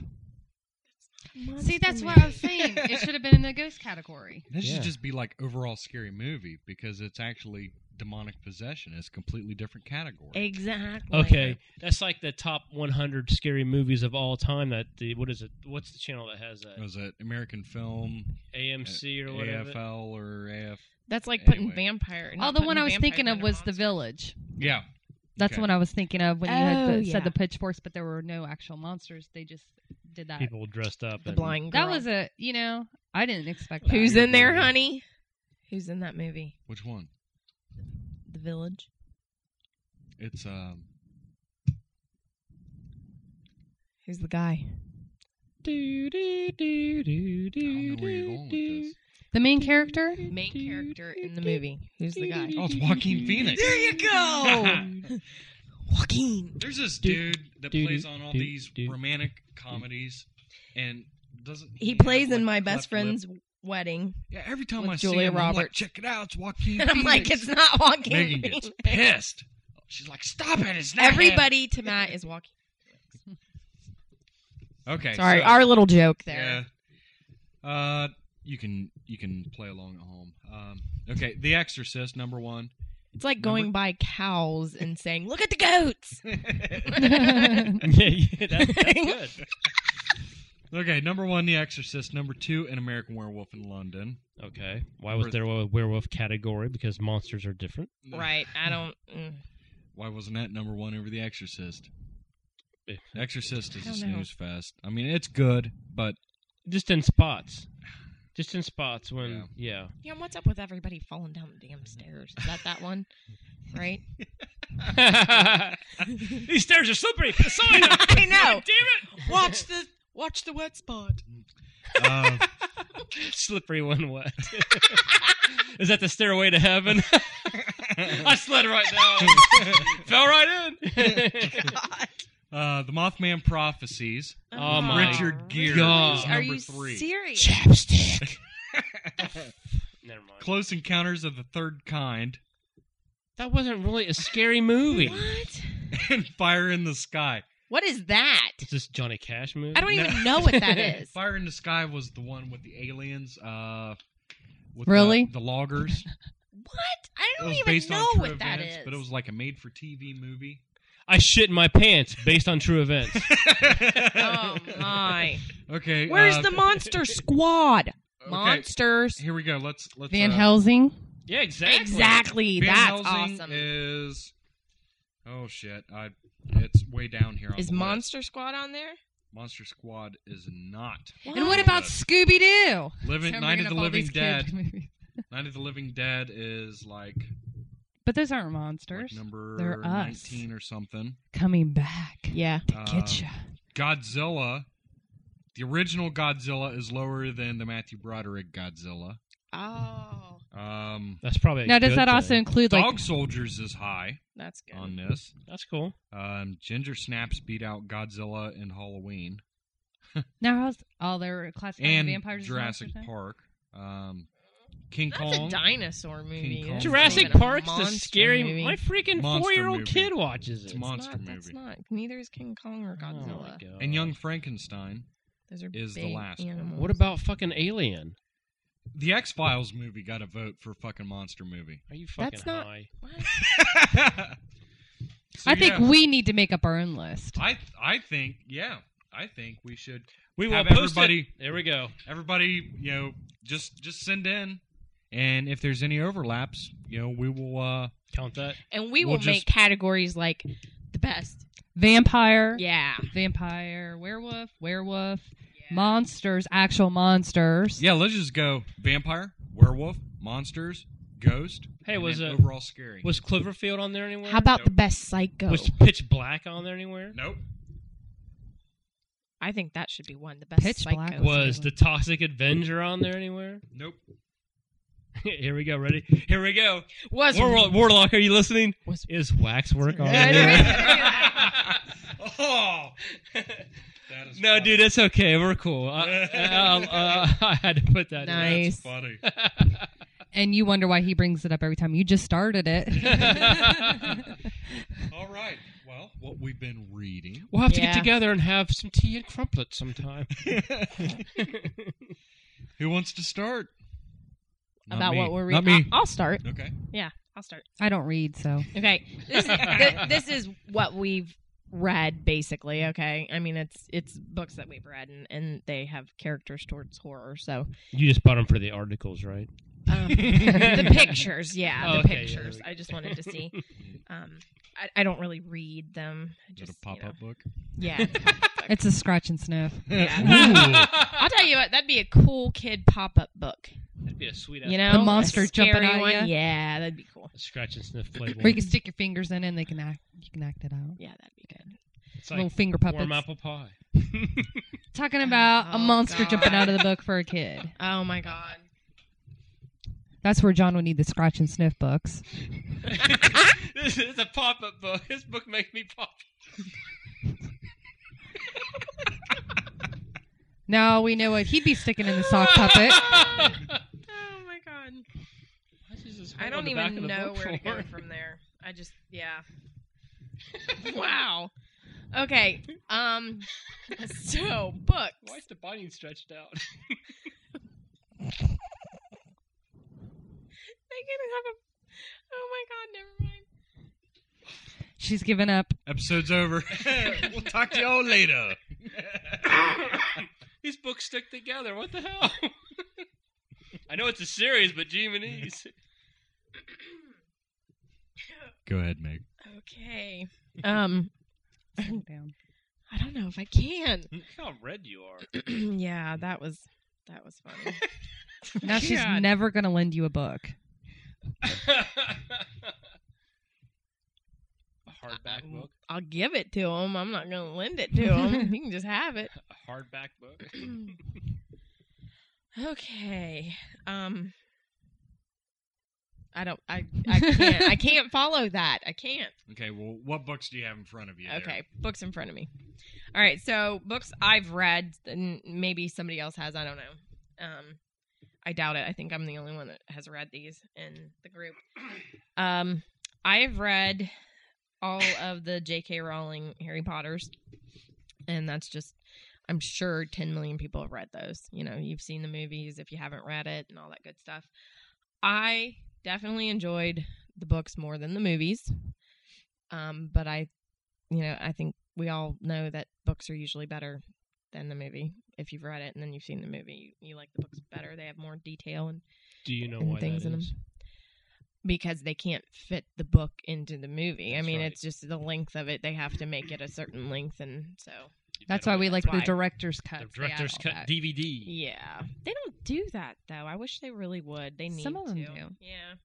[SPEAKER 4] See, that's what I was saying. It should have been in the ghost category.
[SPEAKER 3] This
[SPEAKER 5] Yeah.
[SPEAKER 3] should just be like overall scary movie because it's actually demonic possession. It's a completely different category.
[SPEAKER 2] Exactly.
[SPEAKER 5] Okay, that's like the top 100 scary movies of all time. That the what is it? What's the channel that has that?
[SPEAKER 3] was it American film,
[SPEAKER 5] AMC or whatever.
[SPEAKER 3] AFL or AF?
[SPEAKER 2] That's like putting
[SPEAKER 3] Anyway.
[SPEAKER 2] vampire.
[SPEAKER 4] Oh,
[SPEAKER 2] not
[SPEAKER 4] the one
[SPEAKER 2] putting
[SPEAKER 4] I was
[SPEAKER 2] vampires
[SPEAKER 4] thinking
[SPEAKER 2] in
[SPEAKER 4] of
[SPEAKER 2] a
[SPEAKER 4] was The
[SPEAKER 2] monster.
[SPEAKER 4] Village.
[SPEAKER 3] Yeah,
[SPEAKER 4] That's
[SPEAKER 3] Okay.
[SPEAKER 4] the one I was thinking of when you had
[SPEAKER 2] Oh,
[SPEAKER 4] the,
[SPEAKER 2] yeah.
[SPEAKER 4] said the pitchforks, but there were no actual monsters. They just did that.
[SPEAKER 5] People dressed up.
[SPEAKER 2] The
[SPEAKER 5] and-
[SPEAKER 2] blind girl.
[SPEAKER 4] That was a, you know, I didn't expect that.
[SPEAKER 2] Who's
[SPEAKER 3] Weird
[SPEAKER 2] in there,
[SPEAKER 3] movie.
[SPEAKER 2] honey? Who's in that movie?
[SPEAKER 3] Which one?
[SPEAKER 2] The Village.
[SPEAKER 3] It's um.
[SPEAKER 2] Who's the guy?
[SPEAKER 3] I don't know where you're going with this.
[SPEAKER 4] the main character?
[SPEAKER 2] Main character in the movie. Who's the guy?
[SPEAKER 3] Oh, it's Joaquin Phoenix.
[SPEAKER 2] you go. Joaquin.
[SPEAKER 3] There's this
[SPEAKER 5] Do-
[SPEAKER 3] dude that
[SPEAKER 5] do-
[SPEAKER 3] plays
[SPEAKER 5] do-
[SPEAKER 3] on all
[SPEAKER 5] do-
[SPEAKER 3] these
[SPEAKER 5] do-
[SPEAKER 3] romantic comedies, and doesn't
[SPEAKER 2] He
[SPEAKER 3] have,
[SPEAKER 2] plays in
[SPEAKER 3] like,
[SPEAKER 2] my
[SPEAKER 3] cleft
[SPEAKER 2] best
[SPEAKER 3] lip?
[SPEAKER 2] friend's wedding.
[SPEAKER 3] Yeah, every time
[SPEAKER 2] with
[SPEAKER 3] I see
[SPEAKER 2] Julia
[SPEAKER 3] him, I'm like,
[SPEAKER 2] Roberts.
[SPEAKER 3] check it out, it's Joaquin.
[SPEAKER 2] And I'm like, it's
[SPEAKER 3] Phoenix."
[SPEAKER 2] not Joaquin.
[SPEAKER 3] Megan gets
[SPEAKER 2] Phoenix.
[SPEAKER 3] pissed. She's like, stop it, it's not him."
[SPEAKER 2] Everybody to Matt is Joaquin.
[SPEAKER 3] Okay,
[SPEAKER 2] Sorry,
[SPEAKER 3] so-
[SPEAKER 2] our little joke there.
[SPEAKER 3] Yeah. Uh, you can you can play along at home. Um, okay, The Exorcist number one.
[SPEAKER 2] It's like going by cows and saying, "Look at the goats."
[SPEAKER 4] That's
[SPEAKER 5] yeah, yeah, that, that's good.
[SPEAKER 3] okay, number one, The Exorcist. Number two, An American Werewolf in London.
[SPEAKER 5] Okay, why was there a werewolf category? Because monsters are different.
[SPEAKER 2] right. I don't. Mm.
[SPEAKER 3] Why wasn't that number one over The Exorcist?
[SPEAKER 5] Eh.
[SPEAKER 3] Exorcist is
[SPEAKER 2] I
[SPEAKER 3] a
[SPEAKER 2] don't know.
[SPEAKER 3] snooze fest. I mean, it's good, but
[SPEAKER 5] Just in spots. Just in spots when yeah.
[SPEAKER 2] Yeah. and What's up with everybody falling down the damn stairs? Is that that one? Right.
[SPEAKER 5] These stairs are slippery. Put a sign up.
[SPEAKER 2] I know.
[SPEAKER 5] God Damn
[SPEAKER 2] Watch the watch the wet spot.
[SPEAKER 3] uh,
[SPEAKER 5] it! Slippery one what? Is that the stairway to heaven? I slid right down. Fell right in.
[SPEAKER 3] uh, The Mothman Prophecies.
[SPEAKER 5] Oh, my
[SPEAKER 3] Richard Gere
[SPEAKER 5] God.
[SPEAKER 3] is
[SPEAKER 2] Are
[SPEAKER 3] number
[SPEAKER 2] you
[SPEAKER 3] three.
[SPEAKER 2] serious?
[SPEAKER 5] Chapstick. Never mind.
[SPEAKER 3] Close Encounters of the Third Kind
[SPEAKER 5] That wasn't really a scary movie.
[SPEAKER 2] What?
[SPEAKER 3] and Fire in the Sky.
[SPEAKER 2] What is that?
[SPEAKER 5] Is this Johnny Cash movie?
[SPEAKER 2] I don't even know what that is.
[SPEAKER 3] Fire in the Sky was the one with the aliens. Uh, with
[SPEAKER 4] Really?
[SPEAKER 3] The, the loggers.
[SPEAKER 2] What? I
[SPEAKER 3] it
[SPEAKER 2] don't
[SPEAKER 3] was
[SPEAKER 2] even
[SPEAKER 3] based
[SPEAKER 2] know
[SPEAKER 3] on true
[SPEAKER 2] what
[SPEAKER 3] events,
[SPEAKER 2] that is.
[SPEAKER 3] but it was like a made-for-TV movie.
[SPEAKER 5] I shit my pants based on true events.
[SPEAKER 2] Oh my!
[SPEAKER 3] Okay.
[SPEAKER 2] Where's
[SPEAKER 3] uh,
[SPEAKER 2] the Monster Squad?
[SPEAKER 3] okay,
[SPEAKER 2] Monsters.
[SPEAKER 3] Here we go. Let's let's.
[SPEAKER 4] Van
[SPEAKER 3] uh,
[SPEAKER 4] Helsing?
[SPEAKER 5] Yeah, exactly.
[SPEAKER 2] Exactly.
[SPEAKER 3] Van
[SPEAKER 2] That's
[SPEAKER 3] Helsing
[SPEAKER 2] awesome.
[SPEAKER 3] Is oh shit. I it's way down here. On
[SPEAKER 2] Is
[SPEAKER 3] the list.
[SPEAKER 2] Monster Squad on there?
[SPEAKER 3] Monster Squad is not.
[SPEAKER 4] And what about Scooby Doo?
[SPEAKER 3] Living Night of the Living Dead. Night of the Living Dead is like,
[SPEAKER 4] But those aren't
[SPEAKER 3] like
[SPEAKER 4] monsters.
[SPEAKER 3] number
[SPEAKER 4] They're us.
[SPEAKER 3] nineteen or something.
[SPEAKER 4] Coming back.
[SPEAKER 2] Yeah.
[SPEAKER 3] Uh,
[SPEAKER 4] Getcha.
[SPEAKER 3] Godzilla. The original Godzilla is lower than the Matthew Broderick Godzilla.
[SPEAKER 2] Oh,
[SPEAKER 3] Um,
[SPEAKER 5] That's probably. a
[SPEAKER 4] now, does
[SPEAKER 5] good
[SPEAKER 4] that also
[SPEAKER 5] thing.
[SPEAKER 4] include, like,
[SPEAKER 3] Dog Soldiers is high
[SPEAKER 2] that's good.
[SPEAKER 3] on this.
[SPEAKER 5] That's cool.
[SPEAKER 3] Um, Ginger Snaps beat out Godzilla and Halloween
[SPEAKER 4] now how's all their classifying
[SPEAKER 3] and
[SPEAKER 4] vampires? as
[SPEAKER 3] Jurassic
[SPEAKER 4] monsters now?
[SPEAKER 3] Park. Um, King
[SPEAKER 2] That's
[SPEAKER 3] Kong.
[SPEAKER 2] a dinosaur movie.
[SPEAKER 3] Kong.
[SPEAKER 2] That's
[SPEAKER 5] Jurassic
[SPEAKER 2] not even a
[SPEAKER 5] Park's the
[SPEAKER 2] monster
[SPEAKER 5] scary.
[SPEAKER 2] movie.
[SPEAKER 5] My freaking
[SPEAKER 3] Monster
[SPEAKER 5] four-year-old
[SPEAKER 3] movie.
[SPEAKER 5] kid watches it.
[SPEAKER 3] It's mon- monster
[SPEAKER 2] not,
[SPEAKER 3] movie.
[SPEAKER 2] That's not. Neither is King Kong or
[SPEAKER 5] Oh my
[SPEAKER 2] Godzilla.
[SPEAKER 5] God.
[SPEAKER 3] and Young Frankenstein.
[SPEAKER 2] Those are
[SPEAKER 3] Is the
[SPEAKER 2] big
[SPEAKER 3] last one.
[SPEAKER 2] animals.
[SPEAKER 5] What about fucking Alien?
[SPEAKER 3] The X Files movie got a vote for fucking monster movie.
[SPEAKER 5] Are you fucking
[SPEAKER 2] That's not-
[SPEAKER 5] high?
[SPEAKER 2] What?
[SPEAKER 3] So,
[SPEAKER 4] I think
[SPEAKER 3] yeah.
[SPEAKER 4] we need to make up our own list.
[SPEAKER 3] I I think yeah. I think we should
[SPEAKER 5] We
[SPEAKER 3] Have
[SPEAKER 5] post
[SPEAKER 3] everybody-
[SPEAKER 5] it. There we go.
[SPEAKER 3] everybody, you know, just just send in. And if there's any overlaps, you know, we will uh
[SPEAKER 5] Count that.
[SPEAKER 2] And we
[SPEAKER 3] We'll
[SPEAKER 2] will make
[SPEAKER 3] just-
[SPEAKER 2] categories like the best,
[SPEAKER 4] vampire,
[SPEAKER 2] Yeah.
[SPEAKER 4] vampire, werewolf, werewolf, monsters, actual monsters.
[SPEAKER 3] Yeah, let's just go vampire, werewolf, monsters, ghost.
[SPEAKER 5] Hey,
[SPEAKER 3] and
[SPEAKER 5] was
[SPEAKER 3] then
[SPEAKER 5] it-
[SPEAKER 3] overall scary?
[SPEAKER 5] Was Cloverfield on there anywhere?
[SPEAKER 2] How about the best psycho?
[SPEAKER 5] was Pitch Black on there anywhere?
[SPEAKER 3] nope.
[SPEAKER 2] I think that should be one. The best
[SPEAKER 4] Pitch
[SPEAKER 2] psycho.
[SPEAKER 4] Black
[SPEAKER 5] Was the Toxic Avenger on there anywhere?
[SPEAKER 3] Nope.
[SPEAKER 5] Here we go. Ready? Here we go.
[SPEAKER 2] was
[SPEAKER 5] Warlock, Warlock, are you listening?
[SPEAKER 2] Was-
[SPEAKER 5] Is Waxwork on
[SPEAKER 2] Yeah,
[SPEAKER 5] there?
[SPEAKER 3] Oh, that is
[SPEAKER 5] no,
[SPEAKER 3] funny.
[SPEAKER 5] dude, it's okay. We're cool. I, I- I- I had to put that.
[SPEAKER 2] Nice.
[SPEAKER 3] That's funny.
[SPEAKER 4] And you wonder why he brings it up every time. You just started it.
[SPEAKER 3] All right. Well, what we've been reading.
[SPEAKER 5] We'll have to
[SPEAKER 2] Yeah.
[SPEAKER 5] get together and have some tea and crumpets sometime.
[SPEAKER 3] Who wants to start? Not
[SPEAKER 2] about
[SPEAKER 3] me.
[SPEAKER 2] what we're
[SPEAKER 3] Not
[SPEAKER 2] reading.
[SPEAKER 3] me.
[SPEAKER 2] I'll start.
[SPEAKER 3] Okay.
[SPEAKER 2] Yeah, I'll start.
[SPEAKER 4] I don't read, so
[SPEAKER 2] Okay, this, th- this is what we've read basically. Okay, I mean it's it's books that we've read and, and they have characters towards horror. So
[SPEAKER 5] you just bought them for the articles, right?
[SPEAKER 2] um, the pictures, yeah,
[SPEAKER 5] Oh,
[SPEAKER 2] the
[SPEAKER 5] okay, yeah,
[SPEAKER 2] pictures.
[SPEAKER 5] okay.
[SPEAKER 2] I just wanted to see. Um, I, I don't really read them. I
[SPEAKER 3] Is
[SPEAKER 2] Just
[SPEAKER 3] that a pop-up book?
[SPEAKER 2] You know, yeah,
[SPEAKER 4] it's a scratch and sniff.
[SPEAKER 2] yeah.
[SPEAKER 5] That'd
[SPEAKER 2] I'll tell you what, that'd be a cool kid pop up book.
[SPEAKER 5] be a sweet.
[SPEAKER 2] You
[SPEAKER 5] ass-
[SPEAKER 2] know,
[SPEAKER 4] The monster
[SPEAKER 2] A scary
[SPEAKER 4] jumping at
[SPEAKER 2] one.
[SPEAKER 4] ya.
[SPEAKER 2] Yeah, that'd be cool.
[SPEAKER 5] scratch and sniff playboy.
[SPEAKER 4] Where you can stick your fingers in and they can act you can act it out.
[SPEAKER 2] Yeah, that'd be good.
[SPEAKER 5] It's
[SPEAKER 4] Little
[SPEAKER 5] like
[SPEAKER 4] finger puppets.
[SPEAKER 5] warm apple pie.
[SPEAKER 4] Talking about
[SPEAKER 2] Oh,
[SPEAKER 4] a monster
[SPEAKER 2] God.
[SPEAKER 4] jumping out of the book for a kid.
[SPEAKER 2] Oh my god.
[SPEAKER 4] That's where John would need the scratch and sniff books.
[SPEAKER 5] this is a pop-up book. This book makes me pop.
[SPEAKER 4] Now we know what he'd be sticking in the sock puppet.
[SPEAKER 2] Oh my god.
[SPEAKER 5] Why's this just
[SPEAKER 2] I
[SPEAKER 5] hole in
[SPEAKER 2] don't
[SPEAKER 5] the back of
[SPEAKER 2] even
[SPEAKER 5] the
[SPEAKER 2] know
[SPEAKER 5] book
[SPEAKER 2] where to go
[SPEAKER 5] for?
[SPEAKER 2] from there. I just yeah. wow. Okay. Um so books.
[SPEAKER 5] Why's the binding stretched out?
[SPEAKER 2] They can have a Oh my god, never mind.
[SPEAKER 4] She's given up.
[SPEAKER 3] Episode's over. we'll talk to y'all later.
[SPEAKER 5] These books stick together. What the hell? I know it's a series, but Jimenez.
[SPEAKER 3] Go ahead, Meg.
[SPEAKER 2] Okay. Um
[SPEAKER 4] Sit down.
[SPEAKER 2] I don't know if I can.
[SPEAKER 5] Look how red you are.
[SPEAKER 2] yeah, that was that was funny.
[SPEAKER 4] Now she's
[SPEAKER 2] God.
[SPEAKER 4] never gonna lend you a book.
[SPEAKER 5] a hardback book.
[SPEAKER 2] I'll give it to him. I'm not going to lend it to him. he can just have it.
[SPEAKER 5] A hardback book.
[SPEAKER 2] okay. Um I don't I I can't I can't follow that. I can't.
[SPEAKER 3] Okay. Well, what books do you have in front of you? there?
[SPEAKER 2] Okay, books in front of me. All right, so books I've read and maybe somebody else has, I don't know. Um I doubt it. I think I'm the only one that has read these in the group. Um I've read all of the JK Rowling Harry Potters and that's just I'm sure 10 million people have read those. You know, you've seen the movies if you haven't read it and all that good stuff. I definitely enjoyed the books more than the movies. Um, but I, you know, I think we all know that books are usually better than the movie. If you've read it and then you've seen the movie, you, you like the books better. They have more detail and
[SPEAKER 5] Do you know
[SPEAKER 2] And
[SPEAKER 5] why
[SPEAKER 2] things
[SPEAKER 5] that
[SPEAKER 2] in 'em.
[SPEAKER 5] is?
[SPEAKER 2] because they can't fit the book into the movie. I
[SPEAKER 5] That's
[SPEAKER 2] mean,
[SPEAKER 5] right.
[SPEAKER 2] it's just the length of it. They have to make it a certain length. And so,
[SPEAKER 4] That's why we like
[SPEAKER 2] That's
[SPEAKER 4] the
[SPEAKER 2] why.
[SPEAKER 4] director's cut. They
[SPEAKER 5] The
[SPEAKER 4] add
[SPEAKER 5] director's
[SPEAKER 4] all
[SPEAKER 5] cut
[SPEAKER 4] that.
[SPEAKER 5] DVD.
[SPEAKER 2] yeah, they don't do that though. I wish they really would. They need
[SPEAKER 4] Some of them
[SPEAKER 2] to.
[SPEAKER 4] do.
[SPEAKER 2] Yeah.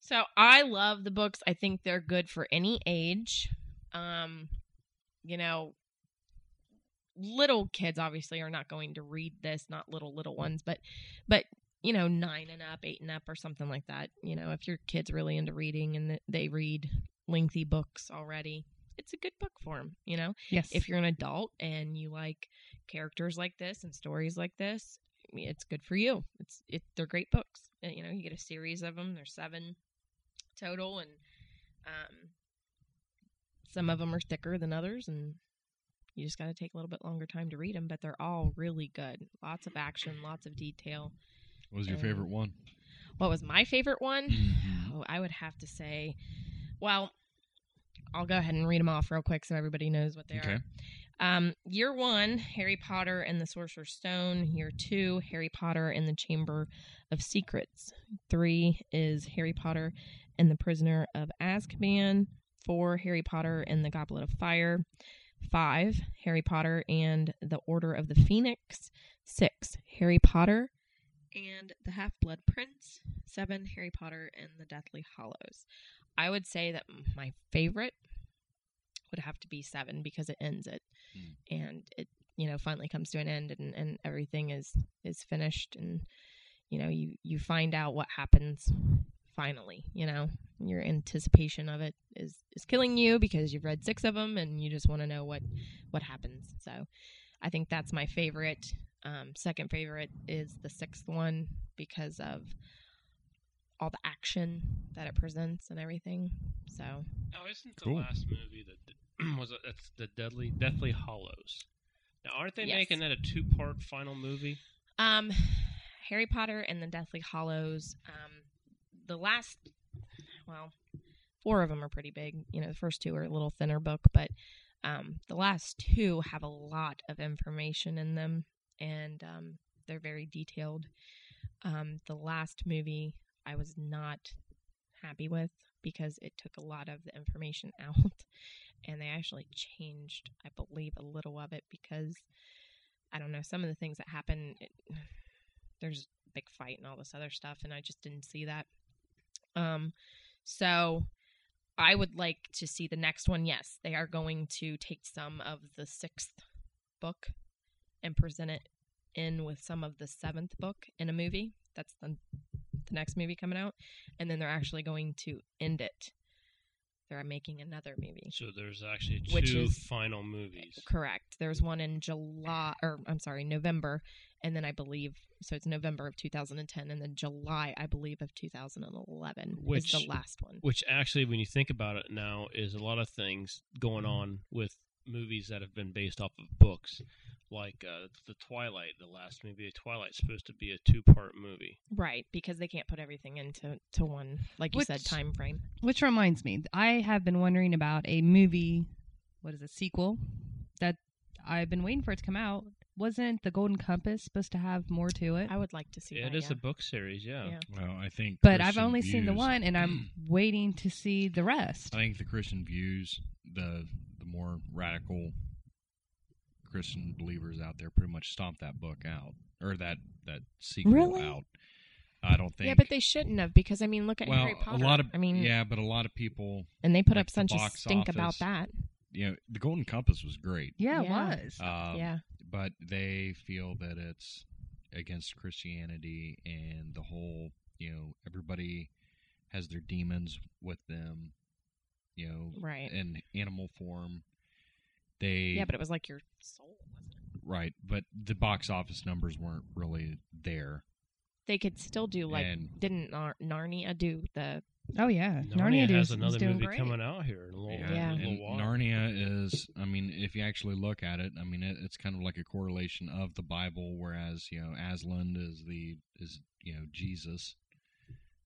[SPEAKER 2] So I love the books. I think they're good for any age. Um, you know, little kids obviously are not going to read this, not little little ones, but but you know, nine and up, eight and up, or something like that. You know, if your kid's really into reading and th- they read lengthy books already, it's a good book for them. You know,
[SPEAKER 4] Yes.
[SPEAKER 2] if you're an adult and you like characters like this and stories like this I mean, it's good for you it's it, they're great books Uh, you know you get a series of them there's seven total and um, some of them are thicker than others and you just got to take a little bit longer time to read them but they're all really good lots of action lots of detail
[SPEAKER 3] What
[SPEAKER 4] Uh,
[SPEAKER 3] was your favorite one?
[SPEAKER 2] what was my favorite one
[SPEAKER 3] Mm. Mm-hmm.
[SPEAKER 2] Oh, I would have to say, well, I'll go ahead and read them off real quick so everybody knows what they
[SPEAKER 3] Okay.
[SPEAKER 2] are. Um, year one, Harry Potter and the Sorcerer's Stone. Year two, Harry Potter and the Chamber of Secrets. Three is Harry Potter and the Prisoner of Azkaban. Four, Harry Potter and the Goblet of Fire. Five, Harry Potter and the Order of the Phoenix. Six, Harry Potter and the Half Blood Prince. Seven, Harry Potter and the Deathly Hollows. I would say that my favorite would have to be seven because it ends it,
[SPEAKER 3] Hmm.
[SPEAKER 2] and it you know finally comes to an end, and and everything is is finished, and you know you you find out what happens finally. You know your anticipation of it is is killing you because you've read six of them, and you just want to know what what happens. So, I think that's my favorite. Um, second favorite is the sixth one because of all the action that it presents and everything. So
[SPEAKER 5] Oh, isn't the
[SPEAKER 3] Cool.
[SPEAKER 5] last movie that was it, that's the Deadly Deathly Hollows? Now, aren't they
[SPEAKER 2] Yes.
[SPEAKER 5] making that a two-part final movie?
[SPEAKER 2] Um, Harry Potter and the Deathly Hollows. Um, the last, well, four of them are pretty big. You know, the first two are a little thinner book, but um, the last two have a lot of information in them, and um, they're very detailed. Um, the last movie I was not happy with because it took a lot of the information out, and they actually changed, I believe, a little of it because I don't know, some of the things that happen, it, there's a big fight and all this other stuff, and I just didn't see that. Um, so I would like to see the next one. Yes, they are going to take some of the sixth book and present it in with some of the seventh book in a movie. That's the, the next movie coming out, and then they're actually going to end it. They're making another movie.
[SPEAKER 5] So there's actually two
[SPEAKER 2] Which is-
[SPEAKER 5] final movies.
[SPEAKER 2] Correct. There's one in July, or I'm sorry, November, and then I believe so. It's November of 2010, and then July, I believe, of 2011 is
[SPEAKER 5] Which-
[SPEAKER 2] the last one.
[SPEAKER 5] Which actually, when you think about it now, is a lot of things
[SPEAKER 4] Mm-hmm.
[SPEAKER 5] going on with movies that have been based off of books, like uh, the Twilight. The last movie of Twilight's supposed to be a two-part movie.
[SPEAKER 2] Right, because they can't put everything into to one, like you
[SPEAKER 4] Which-
[SPEAKER 2] said, time frame.
[SPEAKER 4] Which reminds me, I have been wondering about a movie, what is it, sequel that I've been waiting for it to come out. Wasn't The Golden Compass supposed to have more to it?
[SPEAKER 2] I would like to see.
[SPEAKER 5] it
[SPEAKER 2] that,
[SPEAKER 5] is
[SPEAKER 2] yeah.
[SPEAKER 5] a book series, yeah.
[SPEAKER 2] Yeah.
[SPEAKER 3] Well, I think.
[SPEAKER 4] but I've
[SPEAKER 3] Christian
[SPEAKER 4] only seen the
[SPEAKER 3] views-
[SPEAKER 4] one and I'm waiting to see the rest.
[SPEAKER 3] I think the Christian views, the the more radical Christian believers out there, pretty much stomped that book out or that that sequel
[SPEAKER 4] Really?
[SPEAKER 3] out. I don't think.
[SPEAKER 2] yeah, but they shouldn't have because I mean, look at
[SPEAKER 3] well,
[SPEAKER 2] Harry Potter.
[SPEAKER 3] a lot of
[SPEAKER 2] I mean,
[SPEAKER 3] yeah, but a lot of people,
[SPEAKER 2] and they put
[SPEAKER 3] like
[SPEAKER 2] up
[SPEAKER 3] the
[SPEAKER 2] such a
[SPEAKER 3] box
[SPEAKER 2] stink about
[SPEAKER 3] office.
[SPEAKER 2] that.
[SPEAKER 3] you know, the Golden Compass was great,
[SPEAKER 4] yeah, it
[SPEAKER 2] Yeah.
[SPEAKER 4] was.
[SPEAKER 3] um,
[SPEAKER 2] yeah,
[SPEAKER 3] but they feel that it's against Christianity and the whole, you know, everybody has their demons with them, you know,
[SPEAKER 2] right.
[SPEAKER 3] in animal form. They
[SPEAKER 2] Yeah, but it was like your soul. wasn't it?
[SPEAKER 3] Right, but the box office numbers weren't really there.
[SPEAKER 2] They could still do like
[SPEAKER 3] And-
[SPEAKER 2] didn't Nar- Narnia do the
[SPEAKER 4] Oh yeah,
[SPEAKER 5] Narnia,
[SPEAKER 4] is-
[SPEAKER 5] has
[SPEAKER 4] is
[SPEAKER 5] another
[SPEAKER 4] doing
[SPEAKER 5] movie
[SPEAKER 4] great.
[SPEAKER 5] coming out here in a little,
[SPEAKER 2] Yeah.
[SPEAKER 5] in
[SPEAKER 3] And
[SPEAKER 5] a little while.
[SPEAKER 3] Narnia is, I mean, if you actually look at it, I mean, it, it's kind of like a correlation of the Bible, whereas you know Aslan is the is you know Jesus,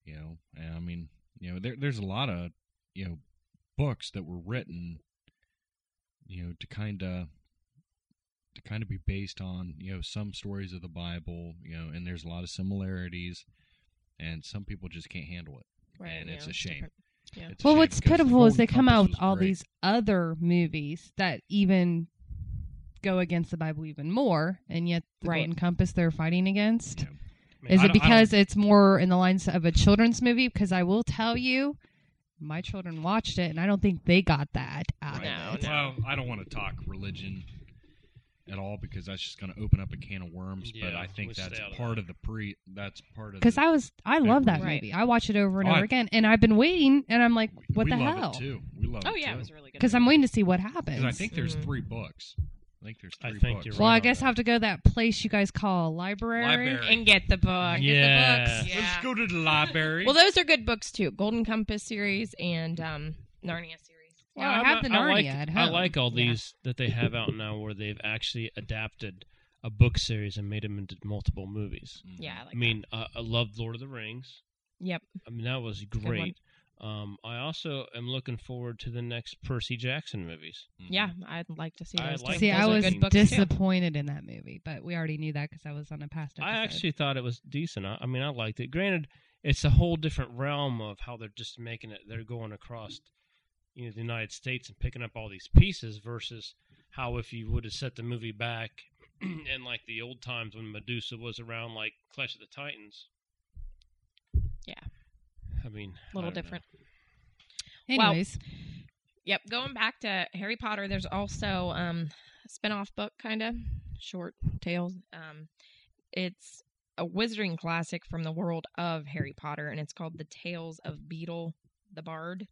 [SPEAKER 3] you know, and I mean, you know, there, there's a lot of you know books that were written, you know, to kind of to kind of be based on you know some stories of the Bible, you know, and there's a lot of similarities, and some people just can't handle it.
[SPEAKER 2] right.
[SPEAKER 3] And
[SPEAKER 2] yeah,
[SPEAKER 3] it's a shame.
[SPEAKER 2] different. Yeah.
[SPEAKER 3] It's a
[SPEAKER 4] Well,
[SPEAKER 3] shame
[SPEAKER 4] what's
[SPEAKER 3] because the
[SPEAKER 4] pitiful is
[SPEAKER 3] Golden
[SPEAKER 4] they come out
[SPEAKER 3] Compass
[SPEAKER 4] with
[SPEAKER 3] was
[SPEAKER 4] all
[SPEAKER 3] great.
[SPEAKER 4] these other movies that even go against the Bible even more, and yet the
[SPEAKER 2] Right.
[SPEAKER 4] Golden Compass they're fighting against.
[SPEAKER 3] Yeah.
[SPEAKER 5] I mean,
[SPEAKER 4] Is
[SPEAKER 5] I
[SPEAKER 4] it
[SPEAKER 5] don't- I don't-
[SPEAKER 4] because it's more in the lines of a children's movie? Because I will tell you, my children watched it, and I don't think they got that out
[SPEAKER 2] No,
[SPEAKER 4] of it.
[SPEAKER 2] no.
[SPEAKER 3] Well, I don't want to talk religion at all because that's just going to open up a can of worms. but
[SPEAKER 5] Yeah,
[SPEAKER 3] I think
[SPEAKER 5] we'll
[SPEAKER 3] that's
[SPEAKER 5] stay out of
[SPEAKER 3] part of the pre. That's part of
[SPEAKER 4] Because
[SPEAKER 3] the-
[SPEAKER 4] I was, I love that
[SPEAKER 2] Right.
[SPEAKER 4] movie. I watch it over and
[SPEAKER 3] Oh, I-
[SPEAKER 4] over again, and I've been waiting, and I'm like, what
[SPEAKER 3] we
[SPEAKER 4] the
[SPEAKER 3] love
[SPEAKER 4] hell?
[SPEAKER 3] It too. We love
[SPEAKER 2] Oh
[SPEAKER 3] it
[SPEAKER 2] yeah,
[SPEAKER 3] too.
[SPEAKER 2] it was really good.
[SPEAKER 4] Because I'm waiting to see what
[SPEAKER 3] 'Cause
[SPEAKER 4] happens.
[SPEAKER 3] I think there's
[SPEAKER 2] Mm.
[SPEAKER 3] three books. I think there's
[SPEAKER 5] Mm-hmm. I
[SPEAKER 3] three
[SPEAKER 5] think
[SPEAKER 3] books.
[SPEAKER 5] you're
[SPEAKER 4] well,
[SPEAKER 5] right
[SPEAKER 4] I
[SPEAKER 5] on
[SPEAKER 4] guess
[SPEAKER 5] that.
[SPEAKER 4] I have to go to that place you guys call library.
[SPEAKER 3] Library.
[SPEAKER 2] and get the book.
[SPEAKER 5] Yeah.
[SPEAKER 2] Get the books.
[SPEAKER 3] Let's go to the library.
[SPEAKER 2] Well, those are good books too. Golden Compass series and um, Narnia series.
[SPEAKER 5] Mm.
[SPEAKER 4] No, I have the
[SPEAKER 5] I
[SPEAKER 4] Narnia
[SPEAKER 5] like,
[SPEAKER 4] at
[SPEAKER 5] I
[SPEAKER 4] home.
[SPEAKER 5] like all
[SPEAKER 2] Yeah.
[SPEAKER 5] these that they have out now where they've actually adapted a book series and made them into multiple movies.
[SPEAKER 3] Mhm.
[SPEAKER 2] Yeah, I like.
[SPEAKER 5] I mean, uh, I love Lord of the Rings.
[SPEAKER 2] that. yep.
[SPEAKER 5] I mean, that was
[SPEAKER 2] one.
[SPEAKER 5] great. Um, I also am looking forward to the next Percy Jackson movies.
[SPEAKER 3] Mhm.
[SPEAKER 2] Yeah, I'd like to see
[SPEAKER 5] I
[SPEAKER 2] those.
[SPEAKER 5] like
[SPEAKER 2] too.
[SPEAKER 4] See,
[SPEAKER 2] Those
[SPEAKER 4] I
[SPEAKER 2] are
[SPEAKER 4] was
[SPEAKER 2] good books too.
[SPEAKER 4] disappointed in that movie, but we already knew that because I was on a past episode.
[SPEAKER 5] I actually thought it was decent. I, I mean, I liked it. Granted, it's a whole different realm of how they're just making it. They're going across, you know, the United States and picking up all these pieces versus how if you would have set the movie back in like the old times when Medusa was around, like Clash of the Titans.
[SPEAKER 2] Yeah.
[SPEAKER 5] I mean, I
[SPEAKER 2] A little
[SPEAKER 5] don't know.
[SPEAKER 2] different. Well-
[SPEAKER 4] Anyways,
[SPEAKER 2] Yep. Going back to Harry Potter, there's also um, a spin-off book, kind of short tales. Um, it's a wizarding classic from the world of Harry Potter, and it's called The Tales of Beedle the Bard.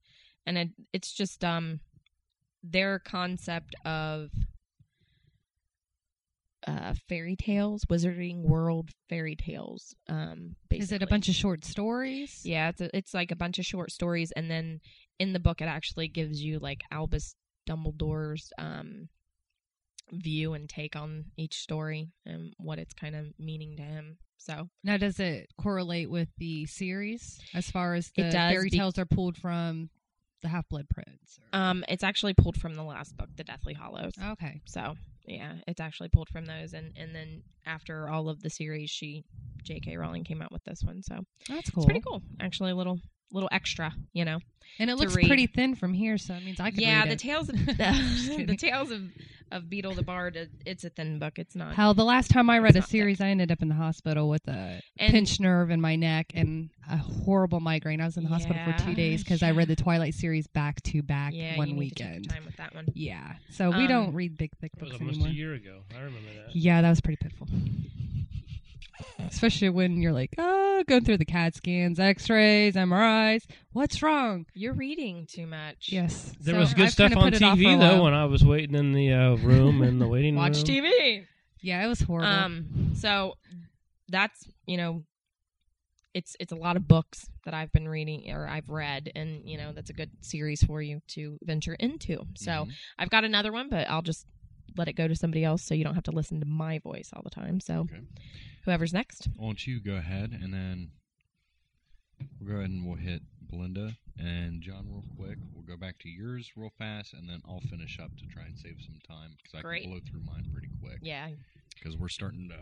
[SPEAKER 2] And it, it's just um, their concept of uh, fairy tales, wizarding world fairy tales. Um, basically.
[SPEAKER 4] is it a bunch of short stories?
[SPEAKER 2] Yeah, it's a, it's like a bunch of short stories, and then in the book, it actually gives you like Albus Dumbledore's um, view and take on each story and what it's kind of meaning to him. So
[SPEAKER 4] Now, does it correlate with the series as far as
[SPEAKER 2] It
[SPEAKER 4] the
[SPEAKER 2] does
[SPEAKER 4] fairy
[SPEAKER 2] be-
[SPEAKER 4] tales are pulled from the Half Blood Prince? or-
[SPEAKER 2] um, it's actually pulled from the last book, The Deathly Hollows.
[SPEAKER 4] okay.
[SPEAKER 2] So yeah, it's actually pulled from those, and and then after all of the series, she J.K. Rowling came out with this one. So
[SPEAKER 4] That's cool.
[SPEAKER 2] it's pretty cool, actually. A little little extra, you know.
[SPEAKER 4] And it
[SPEAKER 2] to
[SPEAKER 4] looks
[SPEAKER 2] read.
[SPEAKER 4] pretty thin from here, so it means I could
[SPEAKER 2] yeah,
[SPEAKER 4] read
[SPEAKER 2] the
[SPEAKER 4] it.
[SPEAKER 2] tales of
[SPEAKER 4] Just
[SPEAKER 2] the,
[SPEAKER 4] kidding.
[SPEAKER 2] tales of of Beetle the Bard. it- It's a thin book. It's not.
[SPEAKER 4] Hell, the last time I read
[SPEAKER 2] It's
[SPEAKER 4] a
[SPEAKER 2] not thick.
[SPEAKER 4] series, I ended up in the hospital with a
[SPEAKER 2] And-
[SPEAKER 4] pinched nerve in my neck and a horrible migraine. I was in the hospital for two
[SPEAKER 2] Yeah.
[SPEAKER 4] days because I read the Twilight series back to back
[SPEAKER 2] yeah,
[SPEAKER 4] one
[SPEAKER 2] you need to take your
[SPEAKER 4] weekend.
[SPEAKER 2] time with that one.
[SPEAKER 4] Yeah, so we don't
[SPEAKER 2] Um,
[SPEAKER 4] read big thick
[SPEAKER 5] That was
[SPEAKER 4] books
[SPEAKER 5] almost
[SPEAKER 4] anymore.
[SPEAKER 5] a year ago. I remember that.
[SPEAKER 4] Yeah, that was pretty pitiful. Especially when you're like, oh, going through the CAT scans, X rays, MRIs. What's wrong?
[SPEAKER 2] You're reading too much.
[SPEAKER 4] Yes,
[SPEAKER 5] There
[SPEAKER 4] so
[SPEAKER 5] was good
[SPEAKER 4] I've
[SPEAKER 5] stuff
[SPEAKER 4] kinda
[SPEAKER 5] on
[SPEAKER 4] put it off for a
[SPEAKER 5] TV though
[SPEAKER 4] while.
[SPEAKER 5] when I was waiting in the uh, room in the waiting
[SPEAKER 2] Watch
[SPEAKER 5] room.
[SPEAKER 2] TV.
[SPEAKER 4] Yeah, it was horrible.
[SPEAKER 2] Um, so that's you know, it's it's a lot of books that I've been reading or I've read, and you know that's a good series for you to venture into. So
[SPEAKER 4] Mm-hmm.
[SPEAKER 3] Mhm.
[SPEAKER 2] I've got another one, but I'll just let it go to somebody else, so you don't have to listen to my voice all the time. So
[SPEAKER 3] Okay.
[SPEAKER 2] whoever's next,
[SPEAKER 3] Why don't you go ahead and then we'll go ahead and we'll hit Belinda and John real quick. We'll go back to yours real fast and then I'll finish up to try and save some time because I
[SPEAKER 2] Great.
[SPEAKER 3] can blow through mine pretty quick
[SPEAKER 2] yeah,
[SPEAKER 3] because we're starting to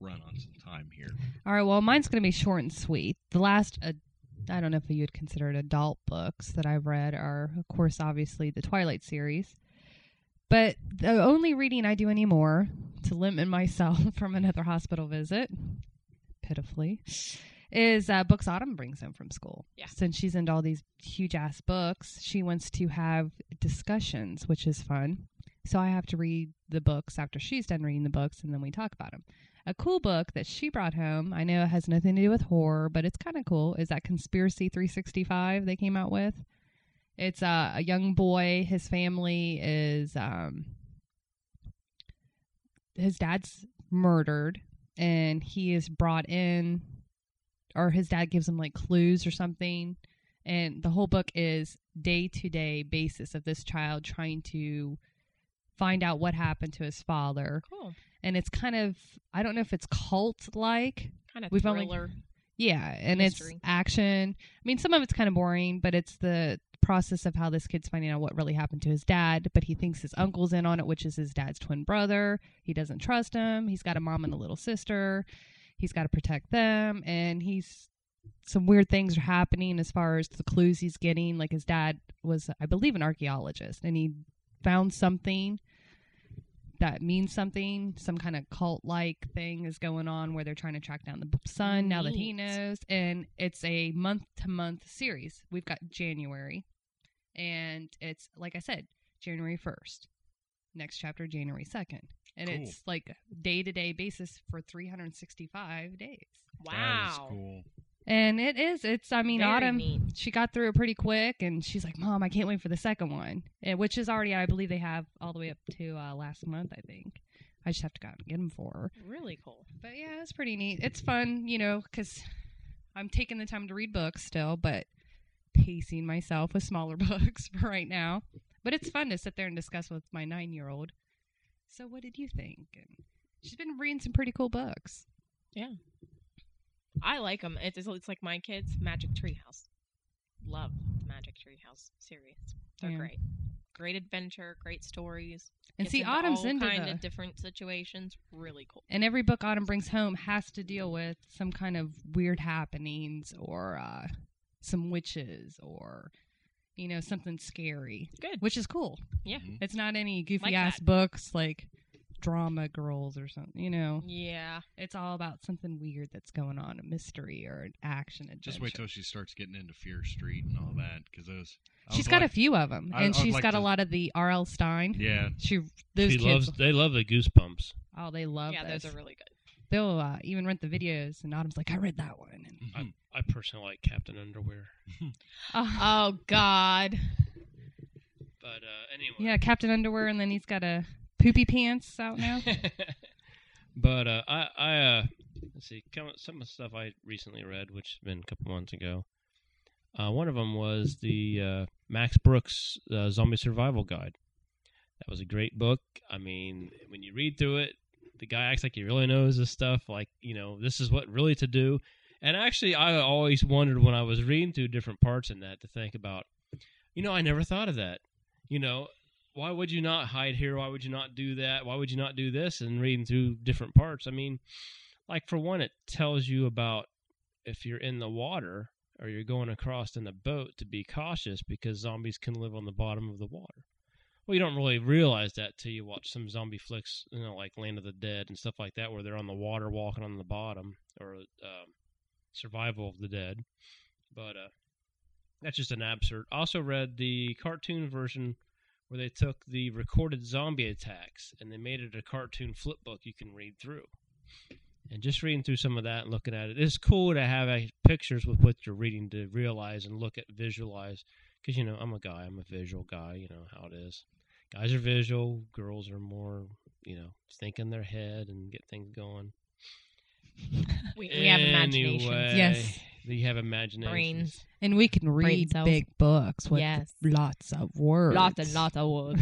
[SPEAKER 3] run on some time here.
[SPEAKER 4] All right, well, mine's going to be short and sweet. The last, uh, I don't know if you'd consider it adult books that I've read are, of course, obviously the Twilight series. But the only reading I do anymore to limit myself from another hospital visit, pitifully, is uh, books Autumn brings home from school.
[SPEAKER 2] Yeah.
[SPEAKER 4] Since she's into all these huge ass books, she wants to have discussions, which is fun. So I have to read the books after she's done reading the books, and then we talk about them. A cool book that she brought home, I know it has nothing to do with horror, but it's kind of cool, is that Conspiracy 365 they came out with. It's uh, a young boy, his family is, um, his dad's murdered, and he is brought in, or his dad gives him like clues or something. And the whole book is day to day basis of this child trying to find out what happened to his father
[SPEAKER 2] cool,
[SPEAKER 4] and it's kind of I don't know if it's cult like.
[SPEAKER 2] kind of
[SPEAKER 4] We've only-
[SPEAKER 2] thriller.
[SPEAKER 4] Yeah, and
[SPEAKER 2] Mystery.
[SPEAKER 4] it's action. I mean, some of it's kind of boring, but it's the process of how this kid's finding out what really happened to his dad, but he thinks his uncle's in on it, which is his dad's twin brother. He doesn't trust him. He's got a mom and a little sister. He's got to protect them and he's some weird things are happening as far as the clues he's getting. Like his dad was I believe an archaeologist and he found something that means something. Some kind of cult like thing is going on where they're trying to track down the b- son now that he
[SPEAKER 2] Neat.
[SPEAKER 4] knows. And it's a month to month series. We've got January, and it's like I said, January 1st. Next chapter, January 2nd. And
[SPEAKER 3] Cool.
[SPEAKER 4] it's like day to day basis for 365 days.
[SPEAKER 3] That is
[SPEAKER 2] Wow,
[SPEAKER 3] cool.
[SPEAKER 4] And it is. It's, I mean,
[SPEAKER 2] Very
[SPEAKER 4] Autumn
[SPEAKER 2] neat.
[SPEAKER 4] she got through it pretty quick and she's like mom i can't wait for the second one Eh, which is already i believe they have all the way up to uh, last month i think i just have to go out and get them for her
[SPEAKER 2] really cool.
[SPEAKER 4] but yeah it's pretty neat it's fun you know because i'm taking the time to read books still but pacing myself with smaller books for right now but it's fun to sit there and discuss with my nine year old so what did you think and she's been reading some pretty cool books
[SPEAKER 2] I like them. It's, it's like my kids' Magic Tree House. Love the Magic Tree House series. They're
[SPEAKER 4] Yeah.
[SPEAKER 2] great. Great adventure, great stories.
[SPEAKER 4] and
[SPEAKER 2] Gets
[SPEAKER 4] see
[SPEAKER 2] into
[SPEAKER 4] autumn's
[SPEAKER 2] all
[SPEAKER 4] into
[SPEAKER 2] kind
[SPEAKER 4] the
[SPEAKER 2] of different situations. Really cool.
[SPEAKER 4] and every book autumn brings home has to deal with some kind of weird happenings or uh, some witches or you know, something scary,
[SPEAKER 2] Good.
[SPEAKER 4] which is cool.
[SPEAKER 2] Yeah.
[SPEAKER 3] Mhm.
[SPEAKER 4] It's not any goofy
[SPEAKER 2] Like
[SPEAKER 4] ass
[SPEAKER 2] that.
[SPEAKER 4] books like drama girls or something, you
[SPEAKER 2] Mm.
[SPEAKER 4] know.
[SPEAKER 2] Yeah.
[SPEAKER 4] It's all about something weird that's going on, a mystery or an action adventure.
[SPEAKER 3] Just wait till she starts getting into Fear Street and all that, because those. I
[SPEAKER 4] She's
[SPEAKER 3] was
[SPEAKER 4] got a
[SPEAKER 3] like-
[SPEAKER 4] few of them,
[SPEAKER 3] I-
[SPEAKER 4] and
[SPEAKER 3] I would
[SPEAKER 4] she's
[SPEAKER 3] like
[SPEAKER 4] got a
[SPEAKER 3] to-
[SPEAKER 4] lot of the R.L. Stein.
[SPEAKER 3] Yeah,
[SPEAKER 4] She those
[SPEAKER 5] she
[SPEAKER 4] kids,
[SPEAKER 5] loves. They love the goosebumps.
[SPEAKER 4] oh, they love.
[SPEAKER 2] yeah,
[SPEAKER 4] those.
[SPEAKER 2] those are really good.
[SPEAKER 4] They'll uh, even rent the videos, and Autumn's like, "I read that one." And,
[SPEAKER 3] Mhm.
[SPEAKER 5] I personally like Captain Underwear.
[SPEAKER 4] oh,
[SPEAKER 2] Oh God.
[SPEAKER 5] But uh, anyway.
[SPEAKER 4] yeah, Captain Underwear, and then he's got a poopy pants out now.
[SPEAKER 5] but uh, I, I uh, let's see, come- some of the stuff I recently read, which has been a couple months ago. Uh, one of them was the uh, Max Brooks uh, Zombie Survival Guide. That was a great book. I mean, when you read through it, the guy acts like he really knows this stuff. Like, you know, this is what really to do. And actually, I always wondered when I was reading through different parts in that to think about, you know, I never thought of that. You know, why would you not hide here? Why would you not do that? Why would you not do this? And reading through different parts. I mean, like for one, it tells you about if you're in the water or you're going across in a boat to be cautious because zombies can live on the bottom of the water. Well, you don't really realize that till you watch some zombie flicks, you know, like Land of the Dead and stuff like that, where they're on the water walking on the bottom or um, Survival of the Dead. But uh, that's just an absurd. I also read the cartoon version where they took the recorded zombie attacks and they made it a cartoon flip book you can read through. And just reading through some of that and looking at it, it's cool to have uh, pictures with what you're reading to realize and look at, visualize. Because, you know, I'm a guy, I'm a visual guy, you know how it is. Guys are visual, girls are more, you know, think in their head and get things going.
[SPEAKER 2] We, we have imaginations.
[SPEAKER 5] Anyway,
[SPEAKER 4] Yes.
[SPEAKER 5] You have imagination.
[SPEAKER 2] Brains.
[SPEAKER 4] and we can read
[SPEAKER 2] cells.
[SPEAKER 4] big books with
[SPEAKER 2] Yes.
[SPEAKER 4] lots of words.
[SPEAKER 2] Lots and lots of words.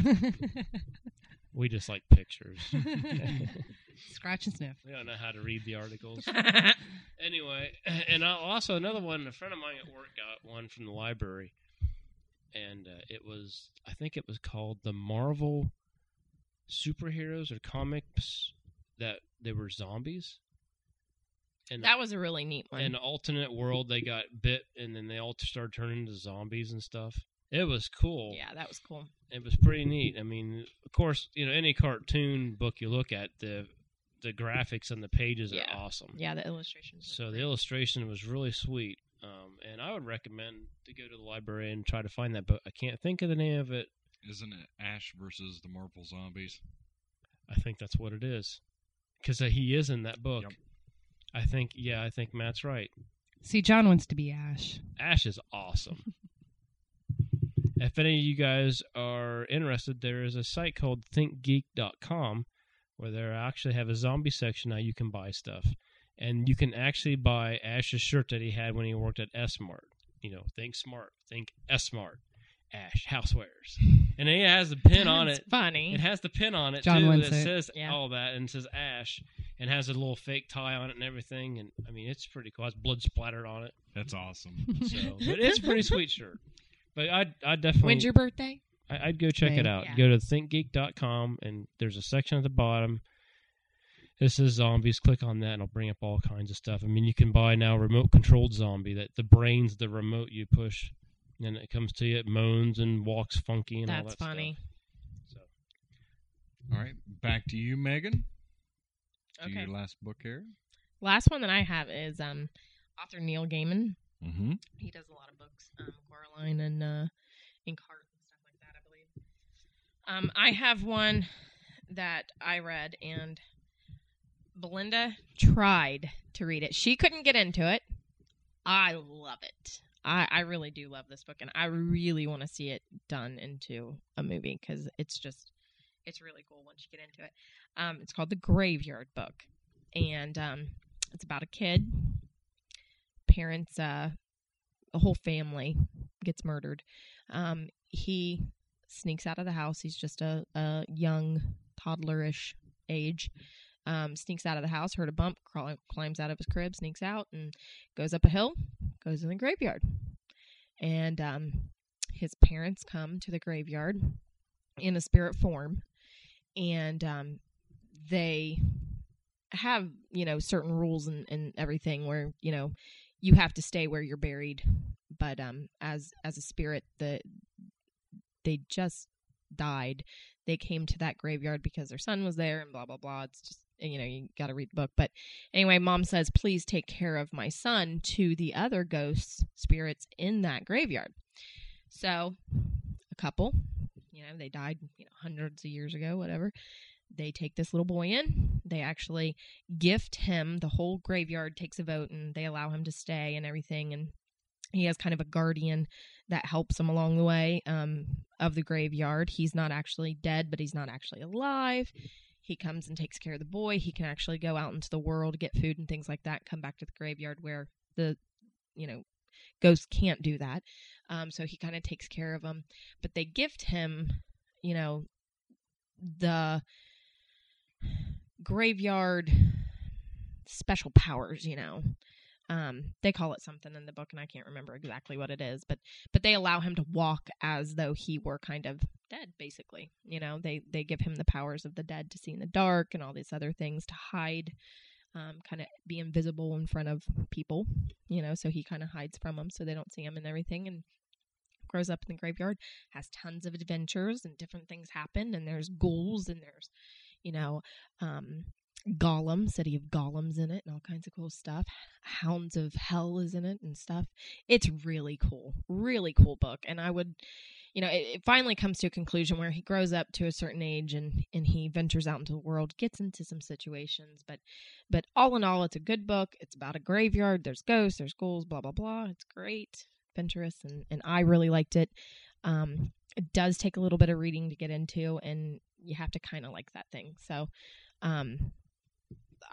[SPEAKER 5] We just like pictures.
[SPEAKER 4] Scratch and sniff.
[SPEAKER 5] we don't know how to read the articles. anyway, and I, also another one. A friend of mine at work got one from the library, and uh, it was I think it was called the Marvel superheroes or comics that they were zombies. And
[SPEAKER 2] that was a really neat one.
[SPEAKER 5] an alternate world, they got bit, and then they all started turning into zombies and stuff. It was cool
[SPEAKER 2] yeah, that was cool.
[SPEAKER 5] it was pretty neat. I mean, of course, you know any cartoon book you look at the the graphics on the pages
[SPEAKER 2] Yeah.
[SPEAKER 5] are awesome.
[SPEAKER 2] Yeah, the illustrations.
[SPEAKER 5] So the illustration was really sweet, um, and I would recommend to go to the library and try to find that book. I can't think of the name of it.
[SPEAKER 3] isn't it Ash versus the Marvel Zombies?
[SPEAKER 5] I think that's what it is because he is in that book.
[SPEAKER 3] Yep.
[SPEAKER 5] I think yeah, I think Matt's right.
[SPEAKER 4] See, John wants to be Ash.
[SPEAKER 5] Ash is awesome. if any of you guys are interested, there is a site called thinkgeek.com where they actually have a zombie section now you can buy stuff. And you can actually buy Ash's shirt that he had when he worked at S Mart. You know, think smart, think S Smart, Ash Housewares. And it has the pin on
[SPEAKER 2] That's
[SPEAKER 5] it.
[SPEAKER 2] Funny.
[SPEAKER 5] It has the pin on it
[SPEAKER 4] John
[SPEAKER 5] too
[SPEAKER 4] wins
[SPEAKER 5] that
[SPEAKER 4] it.
[SPEAKER 5] says
[SPEAKER 2] Yeah.
[SPEAKER 5] all that and says Ash and has a little fake tie on it and everything. And I mean, it's pretty cool. It has blood splattered on it.
[SPEAKER 3] That's awesome.
[SPEAKER 5] So, but it's a pretty sweet shirt. But I, I definitely,
[SPEAKER 2] When's your birthday?
[SPEAKER 5] I, I'd go check it
[SPEAKER 4] May.
[SPEAKER 5] out.
[SPEAKER 2] Yeah.
[SPEAKER 5] Go to thinkgeek.com, and there's a section at the bottom. It says zombies. Click on that, and it'll bring up all kinds of stuff. I mean, you can buy now a remote-controlled zombie that the brain's the remote you push, and it comes to you. It moans and walks funky, and all
[SPEAKER 2] That's
[SPEAKER 5] that
[SPEAKER 2] funny.
[SPEAKER 5] Stuff.
[SPEAKER 3] all right, back to you, Megan. To
[SPEAKER 2] Okay.
[SPEAKER 3] your last book here.
[SPEAKER 2] Last one that I have is um, author Neil Gaiman.
[SPEAKER 3] Mm-hmm.
[SPEAKER 2] He does a lot of books, um, Coraline and uh, Inkheart and stuff like that, I believe. Um, I have one that I read, and Belinda tried to read it. She couldn't get into it. I love it. I, I really do love this book, and I really want to see it done into a movie because it's just, it's really cool once you get into it. Um, it's called The Graveyard Book, and um, it's about a kid. Parents, uh, the whole family gets murdered. Um, he sneaks out of the house. He's just a, a young toddlerish age. Um, sneaks out of the house, heard a bump, crawl, climbs out of his crib, sneaks out, and goes up a hill, goes in the graveyard. And um, his parents come to the graveyard in a spirit form, and um, they have you know certain rules and, and everything where you know
[SPEAKER 4] you have to stay where you're buried. But um, as as a spirit, the they just died. They came to that graveyard because their son was there, and blah blah blah. It's just you know you got to read the book. But anyway, mom says, "Please take care of my son to the other ghosts spirits in that graveyard." So, a couple, you know, they died you know, hundreds of years ago, whatever. They take this little boy in. They actually gift him. The whole graveyard takes a vote and they allow him to stay and everything. And he has kind of a guardian that helps him along the way um, of the graveyard. He's not actually dead, but he's not actually alive. He comes and takes care of the boy. He can actually go out into the world, get food and things like that, come back to the graveyard where the, you know, ghosts can't do that. Um, so he kind of takes care of him. But they gift him, you know, the graveyard special powers, you know. Um, they call it something in the book, and I can't remember exactly what it is, but but they allow him to walk as though he were kind of dead, basically. You know, they they give him the powers of the dead to see in the dark and all these other things to hide, um, kind of be invisible in front of people. You know, so he kind of hides from them so they don't see him and everything, and grows up in the graveyard, has tons of adventures and different things happen, and there's ghouls and there's you know, um, Gollum, City of Gollum's in it, and all kinds of cool stuff. Hounds of Hell is in it and stuff. It's really cool, really cool book. And I would, you know, it, it finally comes to a conclusion where he grows up to a certain age and and he ventures out into the world, gets into some situations. But but all in all, it's a good book. It's about a graveyard. There's ghosts. There's ghouls. Blah blah blah. It's great, adventurous, and and I really liked it. Um, it does take a little bit of reading to get into, and you have to kind of like that thing. So, um,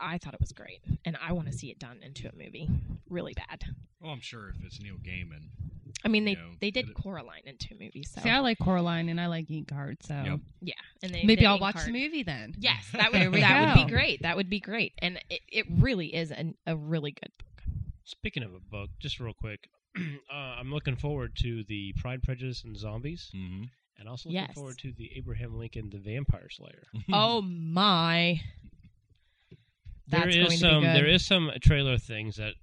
[SPEAKER 4] I thought it was great, and I want to see it done into a movie really bad.
[SPEAKER 3] Well, I'm sure if it's Neil Gaiman.
[SPEAKER 4] I mean, they
[SPEAKER 3] you know,
[SPEAKER 4] they did
[SPEAKER 3] get it-
[SPEAKER 4] Coraline into a movie, so
[SPEAKER 2] See, I like Coraline and I like Ink Heart, so
[SPEAKER 3] Yep.
[SPEAKER 4] yeah, and they,
[SPEAKER 2] maybe
[SPEAKER 4] they
[SPEAKER 2] I'll
[SPEAKER 4] ink
[SPEAKER 2] watch
[SPEAKER 4] hard.
[SPEAKER 2] the movie then.
[SPEAKER 4] Yes, that
[SPEAKER 3] There
[SPEAKER 4] would
[SPEAKER 3] we
[SPEAKER 4] that would be
[SPEAKER 2] go.
[SPEAKER 4] great. That would be great, and it, it really is an, a really good book.
[SPEAKER 5] Speaking of a book, just real quick, uh, I'm looking forward to the Pride, Prejudice, and Zombies,
[SPEAKER 3] Mm-hmm.
[SPEAKER 5] and also looking
[SPEAKER 4] Yes.
[SPEAKER 5] forward to the Abraham Lincoln, the Vampire Slayer.
[SPEAKER 3] Hmm.
[SPEAKER 4] Oh
[SPEAKER 2] Mm-hmm.
[SPEAKER 4] my,
[SPEAKER 5] There
[SPEAKER 4] That's
[SPEAKER 5] is
[SPEAKER 4] going to be
[SPEAKER 5] some
[SPEAKER 4] good.
[SPEAKER 5] there is some trailer things that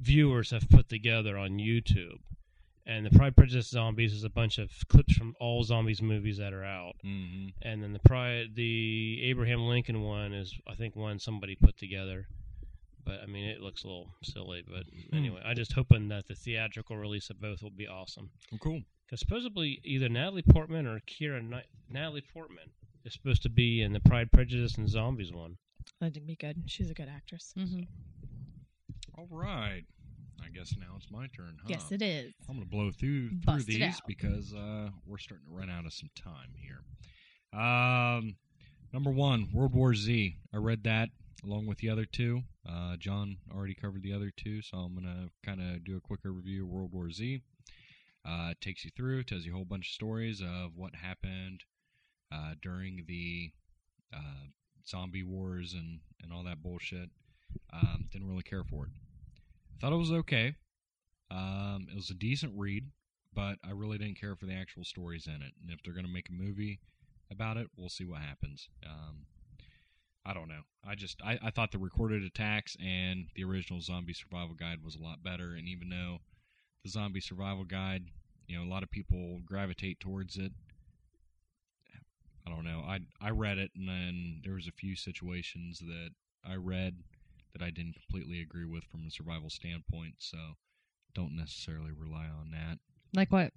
[SPEAKER 5] viewers have put together on YouTube. And the Pride Prejudice Zombies is a bunch of clips from all zombies movies that are out.
[SPEAKER 3] mm-hmm.
[SPEAKER 5] And then the Pride the Abraham Lincoln one is I think one somebody put together. But I mean it looks a little silly, but
[SPEAKER 4] Hmm.
[SPEAKER 5] anyway, I just hoping that the theatrical release of both will be awesome.
[SPEAKER 3] cool.
[SPEAKER 5] Because supposedly either Natalie Portman or Kira Knight, Natalie Portman is supposed to be in the Pride Prejudice and Zombies one.
[SPEAKER 4] that'd be good. She's a good actress.
[SPEAKER 2] Mm-hmm.
[SPEAKER 3] All right. I guess now it's my turn, huh?
[SPEAKER 4] Yes, it is.
[SPEAKER 3] I'm going to blow through through
[SPEAKER 2] Bust it
[SPEAKER 3] these
[SPEAKER 2] out.
[SPEAKER 3] because uh, we're starting to run out of some time here. Um, number one, World War Z. I read that along with the other two. Uh, John already covered the other two, so I'm going to kind of do a quicker review of World War Z. Uh, it takes you through, tells you a whole bunch of stories of what happened uh, during the uh, zombie wars and, and all that bullshit. Um, didn't really care for it. Thought it was okay. Um, it was a decent read, but I really didn't care for the actual stories in it. And if they're going to make a movie about it, we'll see what happens. Um, I don't know. I just I, I thought the recorded attacks and the original zombie survival guide was a lot better. And even though the zombie survival guide, you know, a lot of people gravitate towards it. I don't know. I I read it, and then there was a few situations that I read that I didn't completely agree with from a survival standpoint. So don't necessarily rely on that.
[SPEAKER 2] Like what?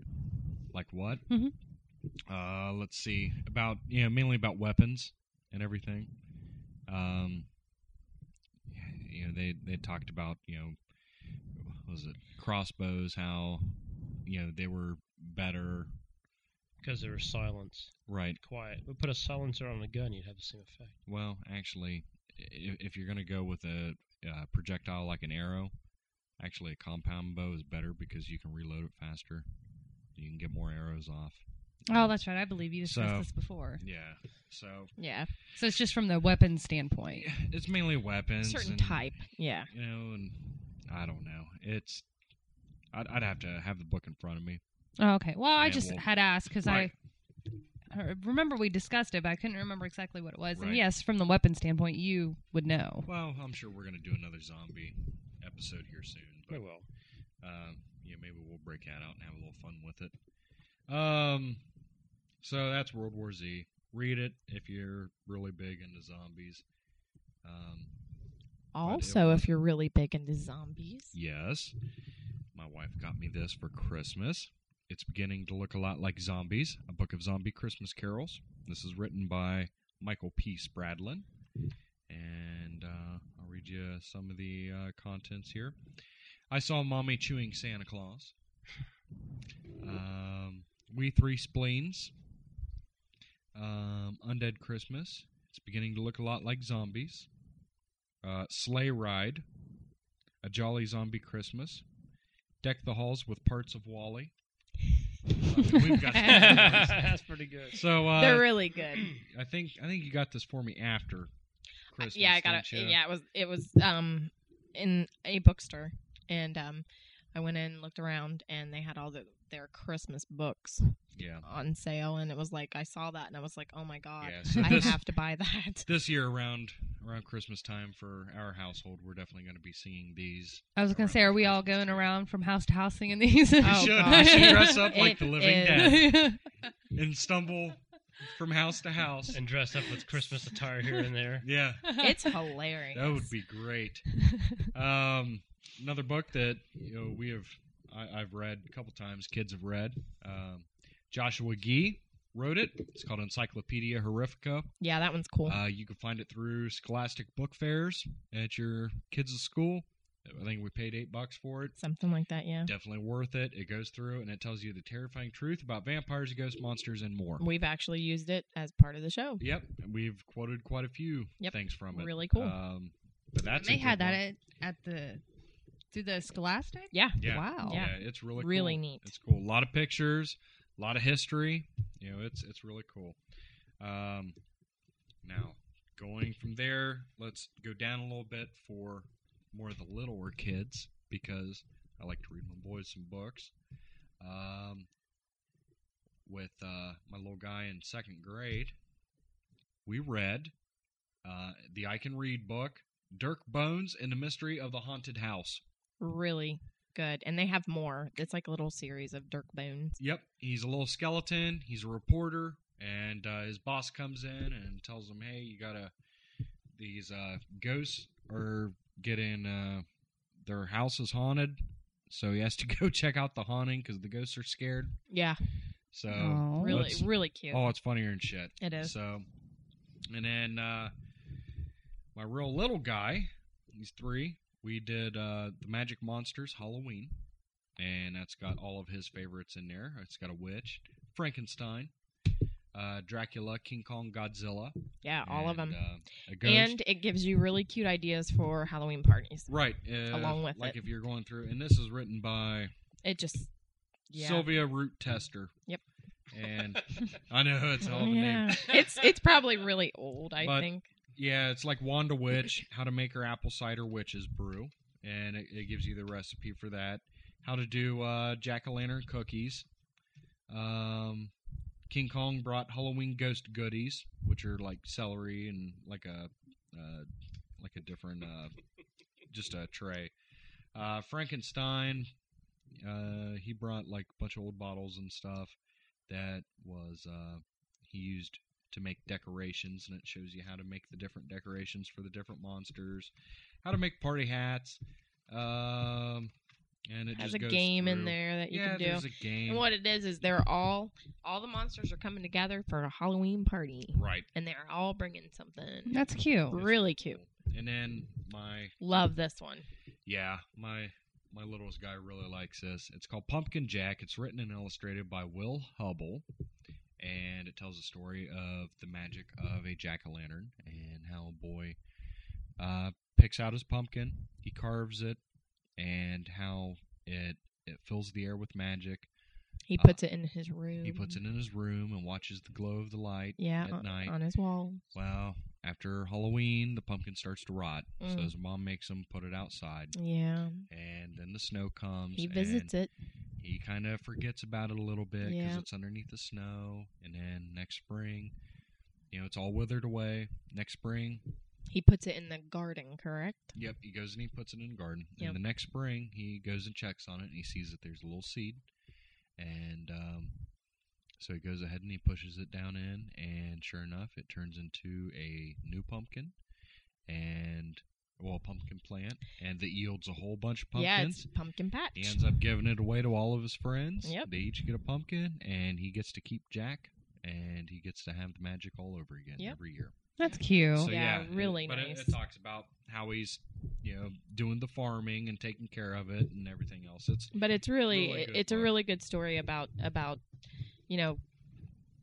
[SPEAKER 3] Like what?
[SPEAKER 2] Mhm.
[SPEAKER 3] Uh, let's see about you know mainly about weapons and everything. Um, you know they they talked about you know what was it crossbows how you know they were better
[SPEAKER 5] Because there was silence.
[SPEAKER 3] right
[SPEAKER 5] quiet. But put a silencer on a gun, you'd have the same effect.
[SPEAKER 3] Well, actually, if, if you're going to go with a uh, projectile like an arrow, actually a compound bow is better because you can reload it faster. You can get more arrows off.
[SPEAKER 2] Oh, that's right. I believe you discussed
[SPEAKER 3] So-
[SPEAKER 2] this before.
[SPEAKER 3] yeah. So
[SPEAKER 4] Yeah,
[SPEAKER 2] So it's just from the weapon standpoint.
[SPEAKER 3] it's mainly weapons.
[SPEAKER 4] certain
[SPEAKER 3] and,
[SPEAKER 4] type. Yeah,
[SPEAKER 3] You know, and I don't know. It's I'd, I'd have to have the book in front of me.
[SPEAKER 2] Oh, okay. Well, I
[SPEAKER 3] Yeah,
[SPEAKER 2] just
[SPEAKER 3] well,
[SPEAKER 2] had asked because
[SPEAKER 3] right.
[SPEAKER 2] I I remember we discussed it, but I couldn't remember exactly what it was.
[SPEAKER 3] Right.
[SPEAKER 2] And yes, from the weapon standpoint, you would know.
[SPEAKER 3] Well, I'm sure we're going to do another zombie ep- episode here soon. But
[SPEAKER 5] I will.
[SPEAKER 3] um, you know, maybe we'll break that out and have a little fun with it. Um, so that's World War Z. Read it if you're really big into zombies. Um,
[SPEAKER 2] Also, if you're really big into zombies,
[SPEAKER 3] yes, my wife got me this for Christmas. It's beginning to look a lot like Zombies, a book of zombie Christmas carols. This is written by Michael P. Spradlin. And uh, I'll read you some of the uh, contents here. I saw Mommy chewing Santa Claus. Um, we Three Spleens. Um, Undead Christmas. It's beginning to look a lot like Zombies. Uh, sleigh Ride. A Jolly Zombie Christmas. Deck the Halls with Parts of Wally. we've got-
[SPEAKER 5] That's pretty good.
[SPEAKER 3] So uh,
[SPEAKER 2] they're really good.
[SPEAKER 3] I think I think you got this for me after Christmas.
[SPEAKER 2] yeah, I got it.
[SPEAKER 3] didn't ya?
[SPEAKER 2] Yeah, it was it was um in a bookstore, and um I went in, looked around, and they had all the, their Christmas books
[SPEAKER 3] Yeah.
[SPEAKER 2] on sale, and it was like I saw that, and I was like, oh my god,
[SPEAKER 3] Yeah. So
[SPEAKER 2] I
[SPEAKER 3] this
[SPEAKER 2] have to buy that.
[SPEAKER 3] this year around around Christmas time for our household, we're definitely going to be seeing these.
[SPEAKER 4] I was gonna
[SPEAKER 3] around
[SPEAKER 4] say, are we all
[SPEAKER 3] Christmas
[SPEAKER 4] going
[SPEAKER 3] time.
[SPEAKER 4] around from house to house singing these?
[SPEAKER 3] We
[SPEAKER 2] Oh,
[SPEAKER 3] should.
[SPEAKER 2] gosh.
[SPEAKER 3] We should dress up like
[SPEAKER 2] It
[SPEAKER 3] the Living
[SPEAKER 2] is-
[SPEAKER 3] Dead
[SPEAKER 4] yeah.
[SPEAKER 3] and stumble from house to house.
[SPEAKER 5] And dress up with Christmas attire here and there.
[SPEAKER 3] yeah,
[SPEAKER 2] It's hilarious.
[SPEAKER 3] that would be great. Um, another book that you know we have I, I've read a couple times. Kids have read. Um, Joshua Gee wrote it. It's called Encyclopedia Horrifica.
[SPEAKER 2] yeah, that one's cool.
[SPEAKER 3] Uh, you can find it through Scholastic Book Fairs at your kids' school. I think we paid eight bucks for it.
[SPEAKER 2] Something like that. Yeah,
[SPEAKER 3] Definitely worth it. It goes through and it tells you the terrifying truth about vampires, ghost monsters, and more.
[SPEAKER 2] we've actually used it as part of the show.
[SPEAKER 3] Yep, and we've quoted quite a few
[SPEAKER 2] Yep,
[SPEAKER 3] things from it.
[SPEAKER 2] really cool.
[SPEAKER 3] Um, but that's a
[SPEAKER 4] they
[SPEAKER 3] good
[SPEAKER 4] had that
[SPEAKER 3] one.
[SPEAKER 4] at, at the through the Scholastic.
[SPEAKER 2] Yeah,
[SPEAKER 3] Yeah.
[SPEAKER 4] Wow.
[SPEAKER 2] Yeah.
[SPEAKER 3] Yeah, it's really
[SPEAKER 2] Really
[SPEAKER 3] cool.
[SPEAKER 2] neat.
[SPEAKER 3] It's cool. A lot of pictures, a lot of history. You know, it's it's really cool. Um, now going from there, let's go down a little bit for more of the littler kids because I like to read my boys some books. Um, with uh, my little guy in second grade, we read uh, the I Can Read book, Dirk Bones and the Mystery of the Haunted House.
[SPEAKER 2] really good. And they have more. It's like a little series of Dirk Bones.
[SPEAKER 3] Yep, he's a little skeleton. He's a reporter, and uh, his boss comes in and tells him, "Hey, you gotta these uh, ghosts are getting uh, their house is haunted." So he has to go check out the haunting because the ghosts are scared.
[SPEAKER 2] Yeah,
[SPEAKER 3] So
[SPEAKER 4] Aw.
[SPEAKER 2] really,
[SPEAKER 3] let's-
[SPEAKER 2] really cute.
[SPEAKER 3] oh, it's funnier and shit.
[SPEAKER 2] It is.
[SPEAKER 3] So, and then uh, my real little guy, he's three. We did uh, the Magic Monsters Halloween, and that's got all of his favorites in there. It's got a witch, Frankenstein, uh, Dracula, King Kong, Godzilla,
[SPEAKER 2] yeah, all of
[SPEAKER 3] and,
[SPEAKER 2] them.
[SPEAKER 3] uh, a ghost.
[SPEAKER 2] and it gives you really cute ideas for Halloween parties.
[SPEAKER 3] right uh,
[SPEAKER 2] along with
[SPEAKER 3] like
[SPEAKER 2] it.
[SPEAKER 3] if you're going through, and this is written by
[SPEAKER 2] It just yeah.
[SPEAKER 3] Sylvia Root Tester.
[SPEAKER 2] Yep.
[SPEAKER 3] And I know it's all the name.
[SPEAKER 2] yeah. it's it's probably really old, I
[SPEAKER 3] But-
[SPEAKER 2] think.
[SPEAKER 3] Yeah, it's like Wanda Witch, how to make her apple cider witch's brew, and it, it gives you the recipe for that. How to do uh, jack o' lantern cookies. Um, King Kong brought Halloween ghost goodies, which are like celery and like a uh, like a different uh, just a tray. Uh, Frankenstein, uh, he brought like a bunch of old bottles and stuff that was uh, he used to make decorations, and it shows you how to make the different decorations for the different monsters, how to make party hats, um, and it
[SPEAKER 2] Has
[SPEAKER 3] just
[SPEAKER 2] a
[SPEAKER 3] goes
[SPEAKER 2] game in
[SPEAKER 3] through.
[SPEAKER 2] there that you
[SPEAKER 3] yeah,
[SPEAKER 2] can do.
[SPEAKER 3] there's a game.
[SPEAKER 2] And what it is is they're all all the monsters are coming together for a Halloween party,
[SPEAKER 3] right?
[SPEAKER 2] and they're all bringing something.
[SPEAKER 4] That's cute.
[SPEAKER 3] It's
[SPEAKER 2] Really cute.
[SPEAKER 3] And then my
[SPEAKER 2] Love this one.
[SPEAKER 3] yeah my my littlest guy really likes this. It's called Pumpkin Jack. It's written and illustrated by Will Hubble, and it tells the story of the magic of a jack o' lantern and how a boy uh, picks out his pumpkin, he carves it, and how it it fills the air with magic.
[SPEAKER 2] He
[SPEAKER 3] Uh,
[SPEAKER 2] puts it in his room.
[SPEAKER 3] He puts it in his room and watches the glow of the light
[SPEAKER 2] yeah
[SPEAKER 3] at
[SPEAKER 2] on,
[SPEAKER 3] night.
[SPEAKER 2] on his wall.
[SPEAKER 3] Well, after Halloween, the pumpkin starts to rot, so
[SPEAKER 2] Mm.
[SPEAKER 3] his mom makes him put it outside,
[SPEAKER 2] Yeah,
[SPEAKER 3] and then the snow comes.
[SPEAKER 2] he visits it.
[SPEAKER 3] He kind of forgets about it a little bit because
[SPEAKER 2] Yeah.
[SPEAKER 3] it's underneath the snow, and then next spring, you know, it's all withered away. Next spring,
[SPEAKER 2] He puts it in the garden, correct?
[SPEAKER 3] Yep, he goes and he puts it in the garden.
[SPEAKER 2] Yep.
[SPEAKER 3] And the next spring, he goes and checks on it, and he sees that there's a little seed, and um, so he goes ahead and he pushes it down in, and sure enough, it turns into a new pumpkin, and well, a pumpkin plant, and that yields a whole bunch of
[SPEAKER 2] Yeah, it's
[SPEAKER 3] pumpkins.
[SPEAKER 2] pumpkin patch.
[SPEAKER 3] he ends up giving it away to all of his friends.
[SPEAKER 2] Yep.
[SPEAKER 3] They each get a pumpkin, and he gets to keep Jack, and he gets to have the magic all over again
[SPEAKER 2] Yep.
[SPEAKER 3] every year.
[SPEAKER 4] That's cute.
[SPEAKER 3] So,
[SPEAKER 2] Yeah, really
[SPEAKER 3] but it-
[SPEAKER 2] nice.
[SPEAKER 3] It, talks about how he's, you know, doing the farming and taking care of it and everything else. It's
[SPEAKER 2] but it's really,
[SPEAKER 3] Really good
[SPEAKER 2] it's a
[SPEAKER 3] book.
[SPEAKER 2] really good story about about you know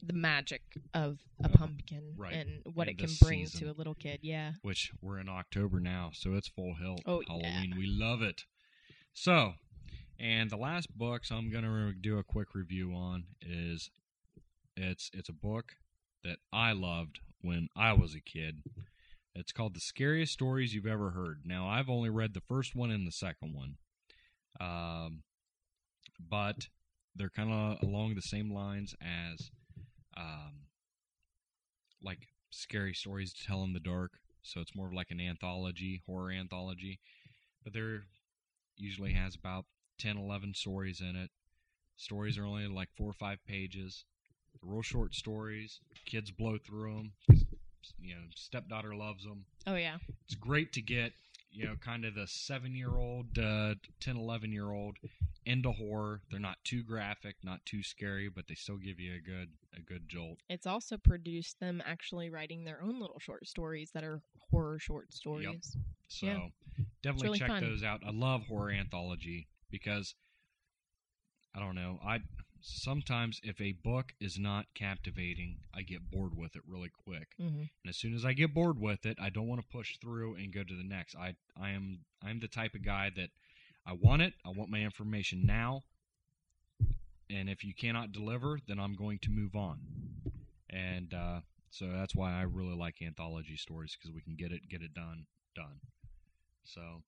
[SPEAKER 2] the magic of a
[SPEAKER 3] Of-
[SPEAKER 2] pumpkin
[SPEAKER 3] Uh, right.
[SPEAKER 2] and what
[SPEAKER 3] And
[SPEAKER 2] it can
[SPEAKER 3] the
[SPEAKER 2] bring
[SPEAKER 3] season.
[SPEAKER 2] to a little kid. Yeah.
[SPEAKER 3] which we're in October now, so it's full hill
[SPEAKER 2] Oh, yeah.
[SPEAKER 3] Halloween. We love it. So, and the last books I'm gonna re- do a quick review on is it's it's a book that I loved when I was a kid. It's called The Scariest Stories You've Ever Heard. Now I've only read the first one and the second one, um, but they're kind of along the same lines as um, like scary stories to tell in the dark. So it's more of like an anthology, horror anthology. But there usually has about 10, 11 stories in it. Stories are only like four or five pages. They're real short stories. Kids blow through them. You know, stepdaughter loves them.
[SPEAKER 2] Oh yeah.
[SPEAKER 3] It's great to get, you know, kind of the seven year old, uh, 10, 11 year old into horror. They're not too graphic, not too scary, but they still give you a good, a good jolt.
[SPEAKER 2] It's also produced them actually writing their own little short stories that are horror short stories.
[SPEAKER 3] So
[SPEAKER 2] Yeah.
[SPEAKER 3] definitely
[SPEAKER 2] really
[SPEAKER 3] check
[SPEAKER 2] fun.
[SPEAKER 3] those out. I love horror anthology because I don't know. I sometimes if a book is not captivating, I get bored with it really quick.
[SPEAKER 2] Mm-hmm.
[SPEAKER 3] And as soon as I get bored with it, I don't want to push through and go to the next. I I am I'm the type of guy that I want it. I want my information now. And if you cannot deliver, then I'm going to move on. And uh, so that's why I really like anthology stories because we can get it, get it done, done. So,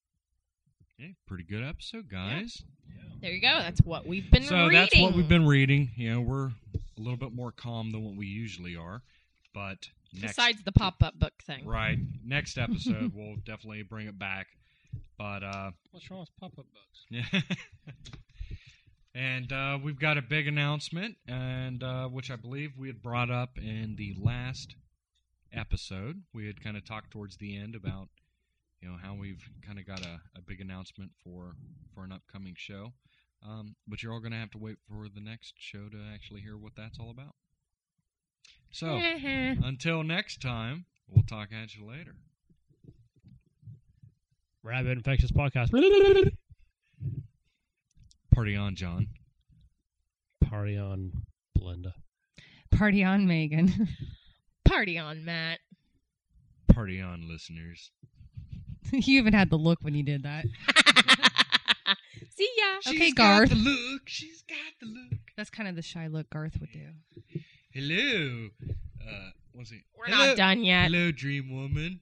[SPEAKER 3] yeah, pretty good episode, guys.
[SPEAKER 2] There you go. That's what we've been
[SPEAKER 3] so
[SPEAKER 2] reading.
[SPEAKER 3] that's what we've been reading. You know, we're a little bit more calm than what we usually are, but next
[SPEAKER 2] Besides the pop up book thing.
[SPEAKER 3] Right. Next episode, we'll definitely bring it back. But, uh,
[SPEAKER 5] What's wrong with pop-up books?
[SPEAKER 3] and uh, we've got a big announcement, and uh, which I believe we had brought up in the last episode. We had kind of talked towards the end about, you know, how we've kind of got a, a big announcement for for an upcoming show. Um, but you're all going to have to wait for the next show to actually hear what that's all about. So until next time, we'll talk at you later.
[SPEAKER 5] Rabbit Infectious Podcast.
[SPEAKER 3] Party on, John.
[SPEAKER 5] Party on, Belinda.
[SPEAKER 4] Party on, Megan.
[SPEAKER 2] Party on, Matt.
[SPEAKER 3] Party on, listeners.
[SPEAKER 4] you even had the look when you did that.
[SPEAKER 2] See ya.
[SPEAKER 4] Okay, Garth.
[SPEAKER 3] Got the look. She's got the look.
[SPEAKER 4] That's kind of the shy look Garth would do.
[SPEAKER 3] Hello. Uh, what's it?
[SPEAKER 2] We're
[SPEAKER 3] Hello.
[SPEAKER 2] not done yet.
[SPEAKER 3] Hello, Dream Woman.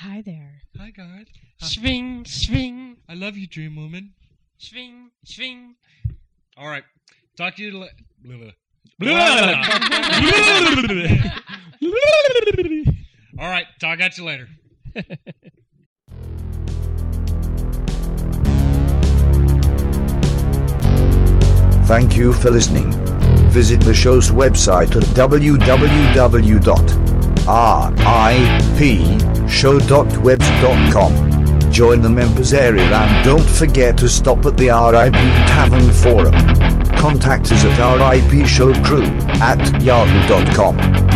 [SPEAKER 2] Hi there.
[SPEAKER 3] Hi, Garth.
[SPEAKER 5] Swing, swing,
[SPEAKER 3] I love you, Dream Woman.
[SPEAKER 5] swing, swing.
[SPEAKER 3] All right. Talk to you later. All right. Talk at you later.
[SPEAKER 1] Thank you for listening. Visit the show's website at www.ripshow.webs.com. Join the members area and don't forget to stop at the RIP Tavern Forum. Contact us at ripshowcrew at yahoo.com.